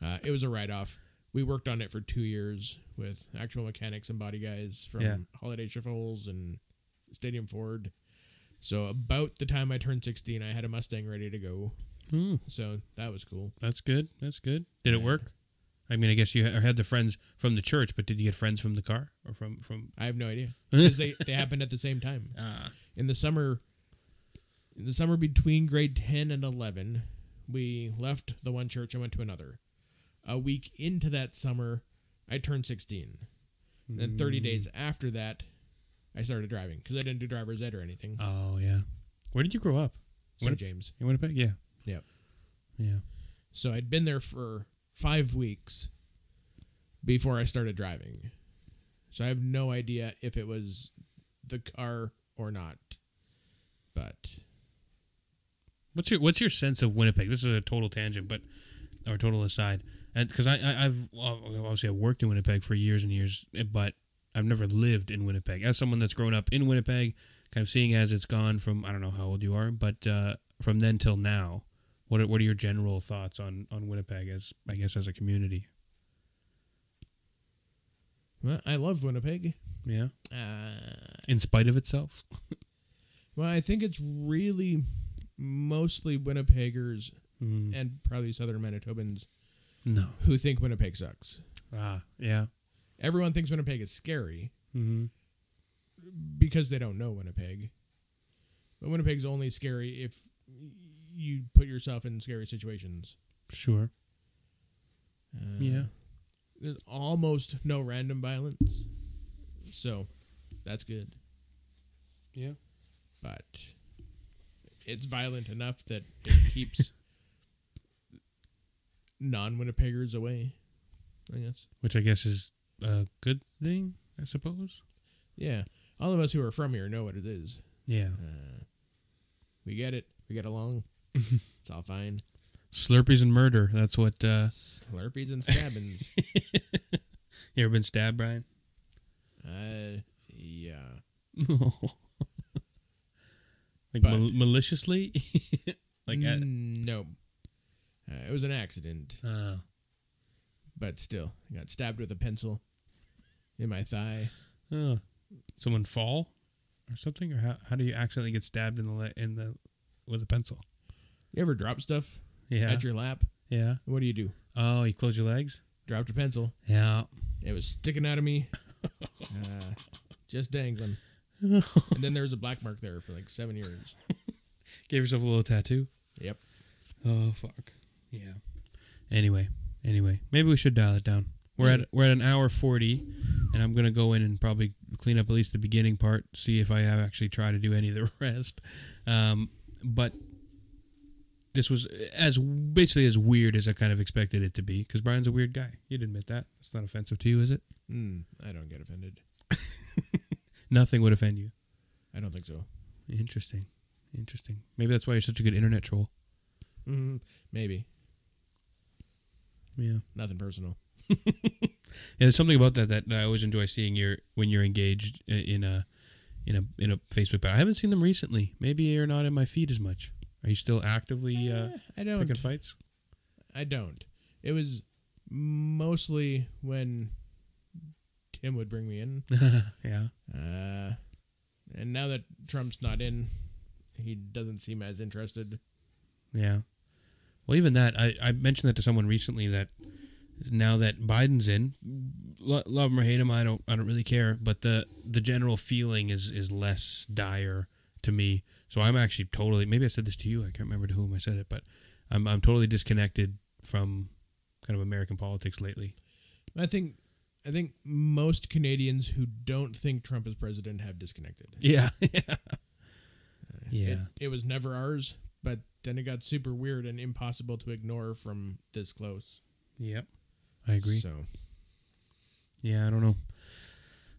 uh, it was a write off. We worked on it for two years with actual mechanics and body guys from
Yeah.
Holiday Shuffles and Stadium Ford. So about the time I turned sixteen, I had a Mustang ready to go.
Hmm,
So that was cool.
that's good. That's good. Did it work? I mean, I guess you ha- had the friends from the church, but did you get friends from the car or from from?
I have no idea because they, they happened at the same time
Ah,
in the summer. In the summer between grade ten and eleven, we left the one church and went to another. A week into that summer, I turned sixteen. And then thirty days after that, I started driving because I didn't do driver's ed or anything.
oh yeah. Where did you grow up?
St.
what-
James.
In Winnipeg? Yeah.
Yep.
Yeah.
So I'd been there for five weeks before I started driving. So I have no idea if it was the car or not. But
What's your What's your sense of Winnipeg? This is a total tangent, but or total aside, and because I, I I've well, obviously I've worked in Winnipeg for years and years, but I've never lived in Winnipeg. As someone that's grown up in Winnipeg, kind of seeing as it's gone from I don't know how old you are, but uh, from then till now, what are, what are your general thoughts on on Winnipeg as I guess as a community?
well, I love Winnipeg.
Yeah,
Uh,
in spite of itself.
well, I think it's really mostly Winnipeggers
Mm,
and probably Southern Manitobans
no.
who think Winnipeg sucks.
Ah, yeah.
Everyone thinks Winnipeg is scary
Mm-hmm.
because they don't know Winnipeg. But Winnipeg's only scary if you put yourself in scary situations.
Sure.
Uh,
Yeah.
There's almost no random violence. So that's good.
Yeah.
But it's violent enough that it keeps non Winnipeggers away, I guess.
Which I guess is a good thing, I suppose.
Yeah. All of us who are from here know what it is.
Yeah.
Uh, we get it. We get along. it's all fine.
Slurpees and murder. That's what. Uh,
Slurpees and stabbings.
you ever been stabbed, Brian?
uh, yeah.
like mal- maliciously? like, at-
Mm, no. Uh, it was an accident.
oh,
but still, I got stabbed with a pencil in my thigh.
oh. someone fall or something, or how, how do you accidentally get stabbed in the le- in the with a pencil?
You ever drop stuff
Yeah,
at your lap?
yeah.
What do you do?
Oh, you close your legs.
Dropped a pencil.
Yeah.
It was sticking out of me, uh, just dangling. and then there was a black mark there for like seven years.
Gave yourself a little tattoo.
Yep.
Oh fuck. Yeah. Anyway, anyway, maybe we should dial it down. We're at we're at an hour forty, and I'm gonna go in and probably clean up at least the beginning part. See if I have actually try to do any of the rest. Um, but this was as basically as weird as I kind of expected it to be because Brian's a weird guy. You'd admit that. It's not offensive to you, is it?
Mm, I don't get offended.
Nothing would offend you.
I don't think so.
Interesting, interesting. Maybe that's why you're such a good internet troll.
Mm, maybe
Yeah.
nothing personal.
Yeah, there's something about that that that I always enjoy seeing your when you're engaged i- in a in a in a Facebook. But I haven't seen them recently. Maybe you're not in my feed as much. Are you still actively uh,
Eh, I
picking
don't.
fights?
I don't. It was mostly when Tim would bring me in.
yeah.
Uh, and now that Trump's not in, he doesn't seem as interested.
Yeah. Well, even that, I, I mentioned that to someone recently that now that Biden's in, lo- love him or hate him, I don't I don't really care. But the the general feeling is is less dire to me. So I'm actually totally. Maybe I said this to you. I can't remember to whom I said it, but I'm I'm totally disconnected from kind of American politics lately.
I think I think most Canadians who don't think Trump is president have disconnected.
Yeah, yeah, yeah.
It, it was never ours, but then it got super weird and impossible to ignore from this close.
Yep, I agree.
So
Yeah, I don't know.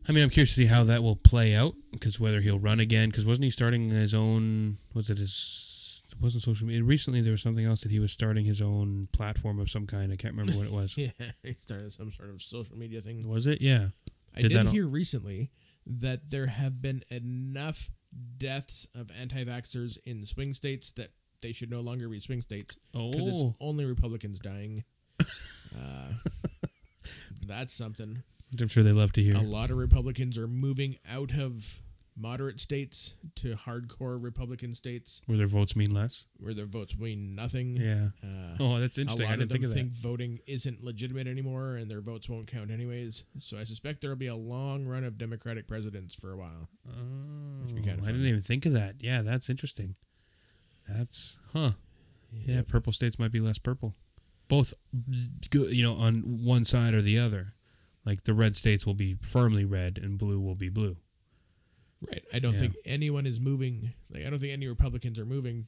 I mean, I'm curious to see how that will play out because whether he'll run again. Because wasn't he starting his own? Was it his? It wasn't social media. Recently, there was something else that he was starting his own platform of some kind. I can't remember what it was.
yeah, he started some sort of social media thing.
Was it? Yeah.
I did, did hear recently that there have been enough deaths of anti-vaxxers in swing states that they should no longer be swing states.
Oh.
it's only Republicans dying. uh, that's something.
Which I'm sure they love to hear.
A lot of Republicans are moving out of moderate states to hardcore Republican states
where their votes mean less,
where their votes mean nothing.
Yeah.
Uh,
Oh, that's interesting.
A lot
I didn't
of them
think of that.
think voting isn't legitimate anymore, and their votes won't count anyways. So I suspect there'll be a long run of Democratic presidents for a while.
oh,
be kinda
I
fun.
didn't even think of that. Yeah, that's interesting. That's huh. Yeah, purple states might be less purple. Both, good, you know, on one side or the other. Like the red states will be firmly red, and blue will be blue.
Right. I don't
Yeah.
think anyone is moving. Like I don't think any Republicans are moving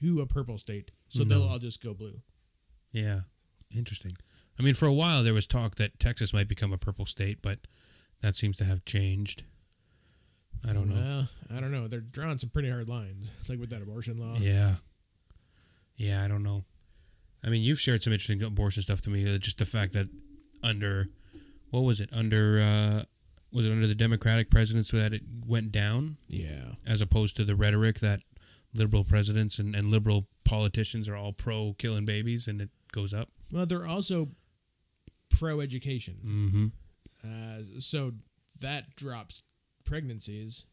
to a purple state. So they'll all just go blue.
Yeah, interesting. I mean, for a while there was talk that Texas might become a purple state, but that seems to have changed. I don't know.
Well, I don't know. They're drawing some pretty hard lines. It's like with that abortion law.
Yeah, yeah, I don't know. I mean, you've shared some interesting abortion stuff to me. Uh, just the fact that under what was it under uh, was it under the Democratic presidents that it went down,
Yeah.
as opposed to the rhetoric that liberal presidents and, and liberal politicians are all pro killing babies, and it goes up.
Well, they're also pro education.
Mm-hmm.
Uh, so that drops pregnancies,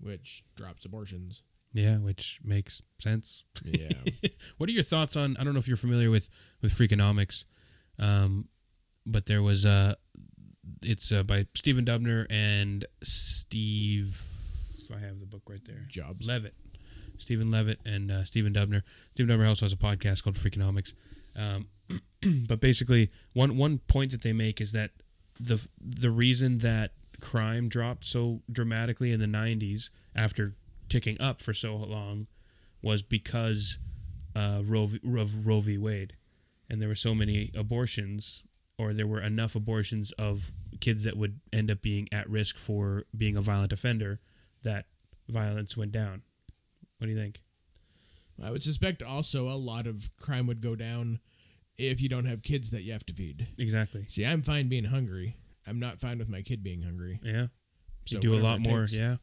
which drops abortions.
Yeah, which makes sense.
Yeah.
What are your thoughts on? I don't know if you're familiar with with Freakonomics, um, but there was uh, it's uh, by Stephen Dubner and Steve. I have the book right there.
Jobs.
Levitt, Stephen Levitt, and uh, Stephen Dubner. Stephen Dubner also has a podcast called Freakonomics. Um, but basically, one one point that they make is that the the reason that crime dropped so dramatically in the '90s after ticking up for so long was because uh, Roe, v- of Roe v. Wade, and there were so many abortions, or there were enough abortions of kids that would end up being at risk for being a violent offender that violence went down. What do you think?
I would suspect also a lot of crime would go down if you don't have kids that you have to feed.
Exactly.
See, I'm fine being hungry. I'm not fine with my kid being hungry.
Yeah. You
So
do a
whatever
lot
it
more.
takes.
Yeah.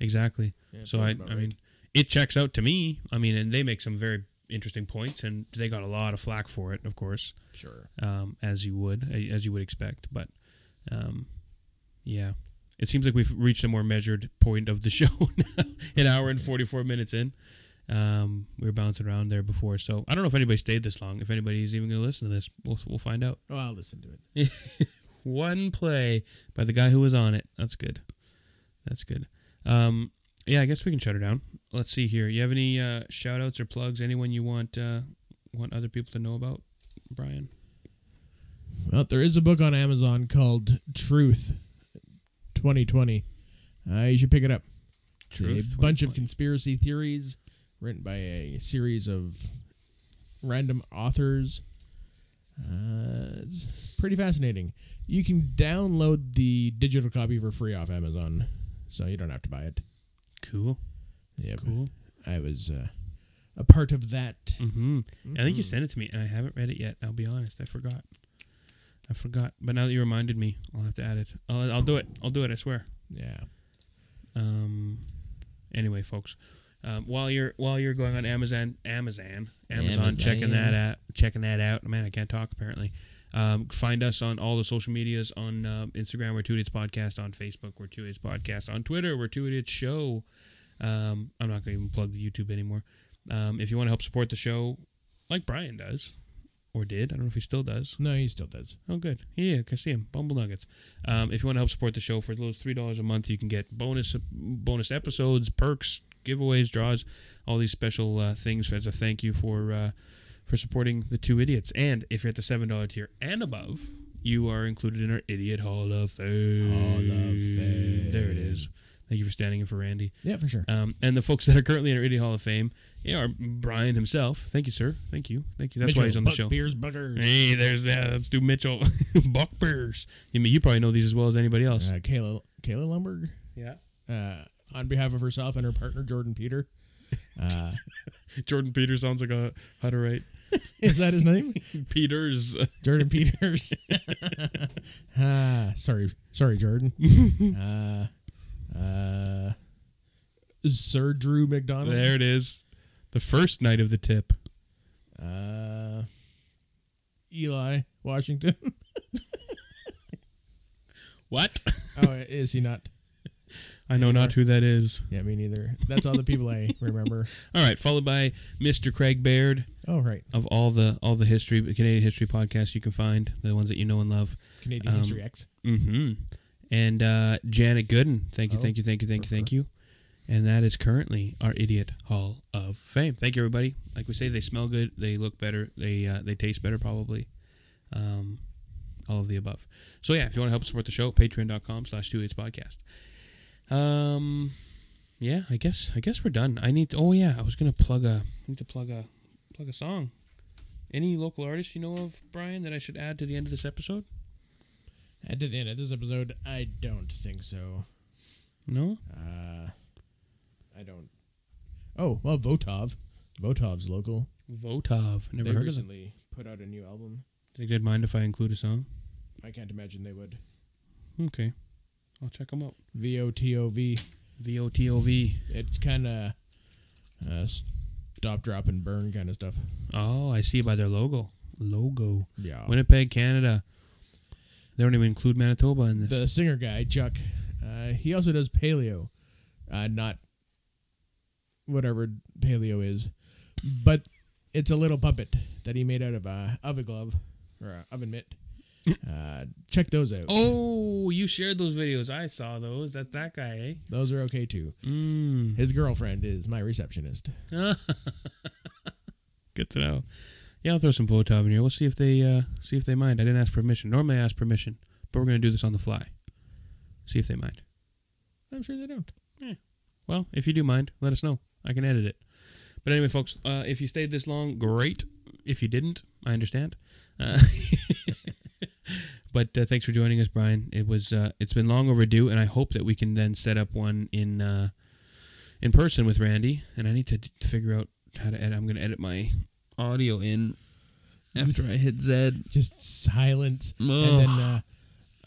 Exactly.
Yeah,
so
sounds
I,
about
I
right.
mean, it checks out to me. I mean, and they make some very interesting points, and they got a lot of flack for it, of course.
Sure.
um, as you would as you would expect. But um, yeah, it seems like we've reached a more measured point of the show now. An hour and forty four minutes in, um, we were bouncing around there before, so I don't know if anybody stayed this long. If anybody's even going to listen to this, we'll we'll find out.
Oh, I'll listen to it.
One play by the guy who was on it. That's good. That's good. Um, yeah, I guess we can shut her down. Let's see here. You have any uh, shout outs or plugs? Anyone you want uh, want other people to know about, Brian?
Well, there is a book on Amazon called Truth 2020. Uh, you should pick it up. It's
Truth
a bunch of
2020.
conspiracy theories written by a series of random authors. Uh, it's pretty fascinating. You can download the digital copy for free off Amazon, so you don't have to buy it.
Cool.
Yeah,
Cool.
I was uh, a part of that.
Mm-hmm. I think you sent it to me, and I haven't read it yet. I'll be honest, I forgot. I forgot, but now that you reminded me, I'll have to add it. I'll, I'll do it. I'll do it. I swear.
Yeah.
Um. Anyway, folks, um, while you're while you're going on Amazon, Amazon, Amazon,
Amazon.
checking that out, checking that out. Man, I can't talk apparently. Um, find us on all the social medias on um, Instagram. We're Two Idiots Podcast on Facebook. We're Two Idiots Podcast on Twitter. We're Two Idiots Show. Um, I'm not going to even plug the YouTube anymore. Um, if you want to help support the show, like Brian does, or did. I don't know if he still does.
No, he still does.
Oh, good. Yeah, I can see him. Bumble Nuggets. Um, if you want to help support the show for those three dollars a month, you can get bonus bonus episodes, perks, giveaways, draws, all these special uh, things as a thank you for uh, for supporting the two idiots. And if you're at the seven dollar tier and above, you are included in our Idiot Hall of Fame.
Hall of Fame.
There it is. Thank you for standing in for Randy.
Yeah, for sure.
Um, and the folks that are currently in our Idiot Hall of Fame yeah, are Brian himself. Thank you, sir. Thank you. Thank you. That's why he's on the
Buck
show.
Beers, buggers.
Hey, there's that. Let's do Mitchell. Buck Bears. You mean you probably know these as well as anybody else?
Uh, Kayla, Kayla Lumberg,
yeah.
uh, on behalf of herself and her partner Jordan Peter. Uh,
Jordan Peters sounds like a how to write
is that his name?
Peters.
Jordan Peters. Ah, sorry, sorry, Jordan. Uh, uh, Sir Drew McDonald.
There it is. The first night of the tip.
Uh, Eli Washington.
What?
oh, is he not?
I know not who that is.
Yeah, me neither. That's all the people I remember.
All right, followed by Mr. Craig Baird
Oh, right.
of all the all the history Canadian history podcasts you can find, the ones that you know and love.
Canadian
Um,
History X.
Mm-hmm. And uh, Janet Gooden. Thank you, thank you, thank you, thank you, thank you. And that is currently our Idiot Hall of Fame. Thank you, everybody. Like we say, they smell good, they look better, they uh, they taste better, probably. Um, all of the above. So yeah, if you want to help support the show, patreon.com slash two idiots podcast. Um, yeah, I guess I guess we're done. I need. To, oh yeah, I was gonna plug a I need to plug a plug a song. Any local artists you know of, Brian, that I should add to the end of this episode?
At the end of this episode, I don't think so.
No.
Uh, I don't. Oh well, Votov. Votov's local.
Votov. Never
They
heard of them.
recently put out a new album.
Think they'd mind if I include a song?
I can't imagine they would.
Okay, I'll check them out.
V O T O V.
V O T O V.
It's kind of uh, stop, drop, and burn kind of stuff.
Oh, I see by their logo. Logo.
Yeah.
Winnipeg, Canada. They don't even include Manitoba in this.
the singer guy Chuck, uh, he also does paleo, uh, not whatever paleo is, but it's a little puppet that he made out of a oven glove or a oven mitt. Uh, check those out.
oh, you shared those videos. I saw those. That's that guy, eh?
Those are okay too.
Mm.
His girlfriend is my receptionist.
Good to know. Yeah, I'll throw some Votov in here. We'll see if they uh, see if they mind. I didn't ask permission. Normally, I ask permission, but we're gonna do this on the fly. See if they mind.
I'm sure they don't.
Well, if you do mind, let us know. I can edit it. But anyway, folks, uh, if you stayed this long, great. If you didn't, I understand. Uh, but uh, thanks for joining us, Brian. It was uh, it's been long overdue, and I hope that we can then set up one in uh, in person with Randy. And I need to d- figure out how to edit. I'm going to edit my audio in after I hit Z.
Just silence.
Ugh.
And then, uh,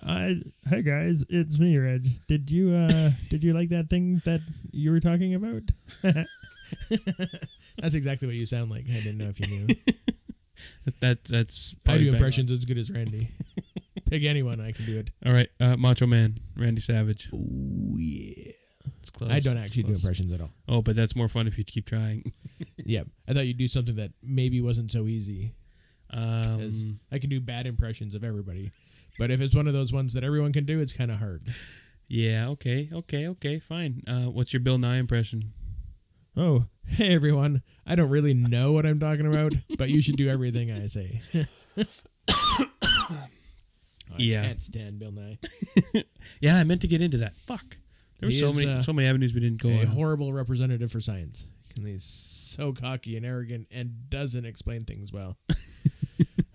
I hey guys, it's me, Reg. Did you uh did you like that thing that you were talking about? That's exactly what you sound like. I didn't know if you knew.
That, that that's
I
probably
do
bang
impressions as good as Randy. Pick anyone, I can do it.
on. All right, uh, Macho Man, Randy Savage.
Oh yeah.
It's close.
I don't
It's
actually do
close.
impressions at all.
Oh, but that's more fun if you keep trying.
Yeah, I thought you'd do something that maybe wasn't so easy. 'cause
Um,
I can do bad impressions of everybody, but if it's one of those ones that everyone can do, it's kind of hard.
yeah. Okay. Okay. Okay. Fine. Uh, what's your Bill Nye impression?
Oh, hey everyone. I don't really know what I'm talking about, but you should do everything I say. Oh, I
Yeah.
can't stand Bill Nye.
Yeah, I meant to get into that. Fuck. There were
He
so
is,
many,
uh,
so many avenues we didn't go
A
on.
horrible representative for science. And he's so cocky and arrogant and doesn't explain things well.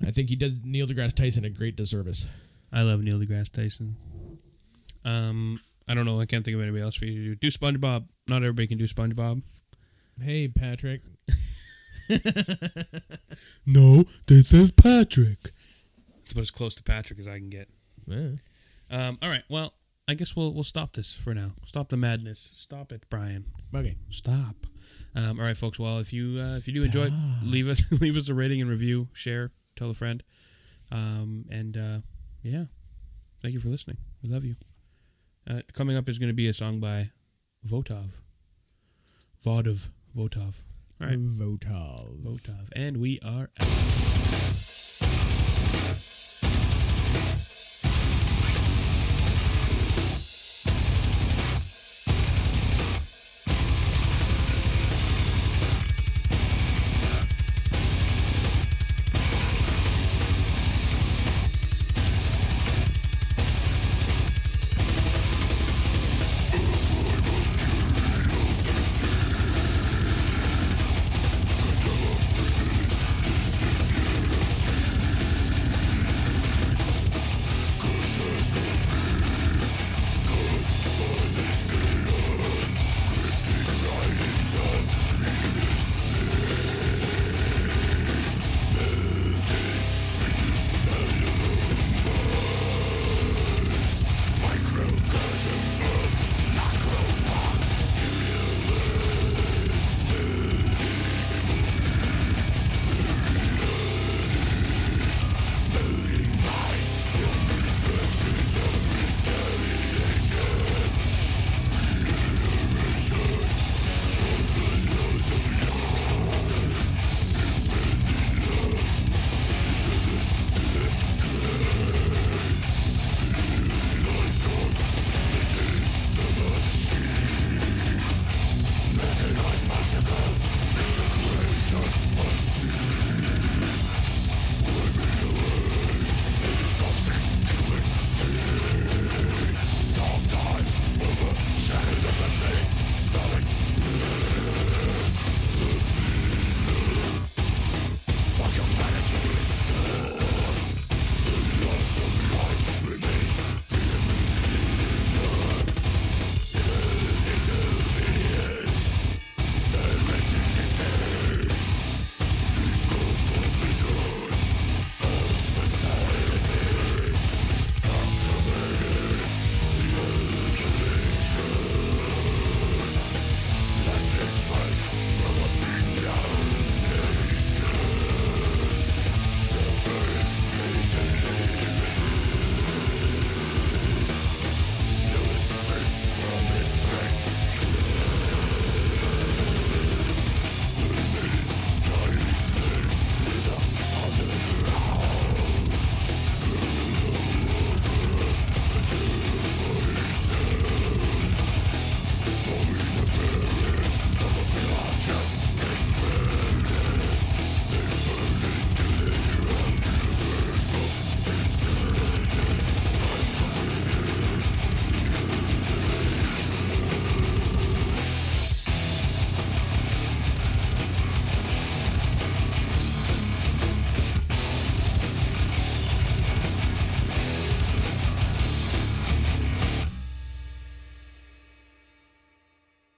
I think he does Neil deGrasse Tyson a great disservice.
I love Neil deGrasse Tyson. Um, I don't know. I can't think of anybody else for you to do. Do SpongeBob. Not everybody can do SpongeBob.
Hey, Patrick.
No, this is Patrick. It's about as close to Patrick as I can get.
Eh.
Um, all right. Well, I guess we'll we'll stop this for now. Stop the madness. Stop it, Brian.
Okay.
stop. Um, all right, folks. Well, if you uh, if you do enjoy, it, leave us leave us a rating and review, share, tell a friend, um, and uh, yeah, thank you for listening. We love you. Uh, coming up is going to be a song by Votov. Vodov Votov. All right.
Votov.
Motov. And we are out.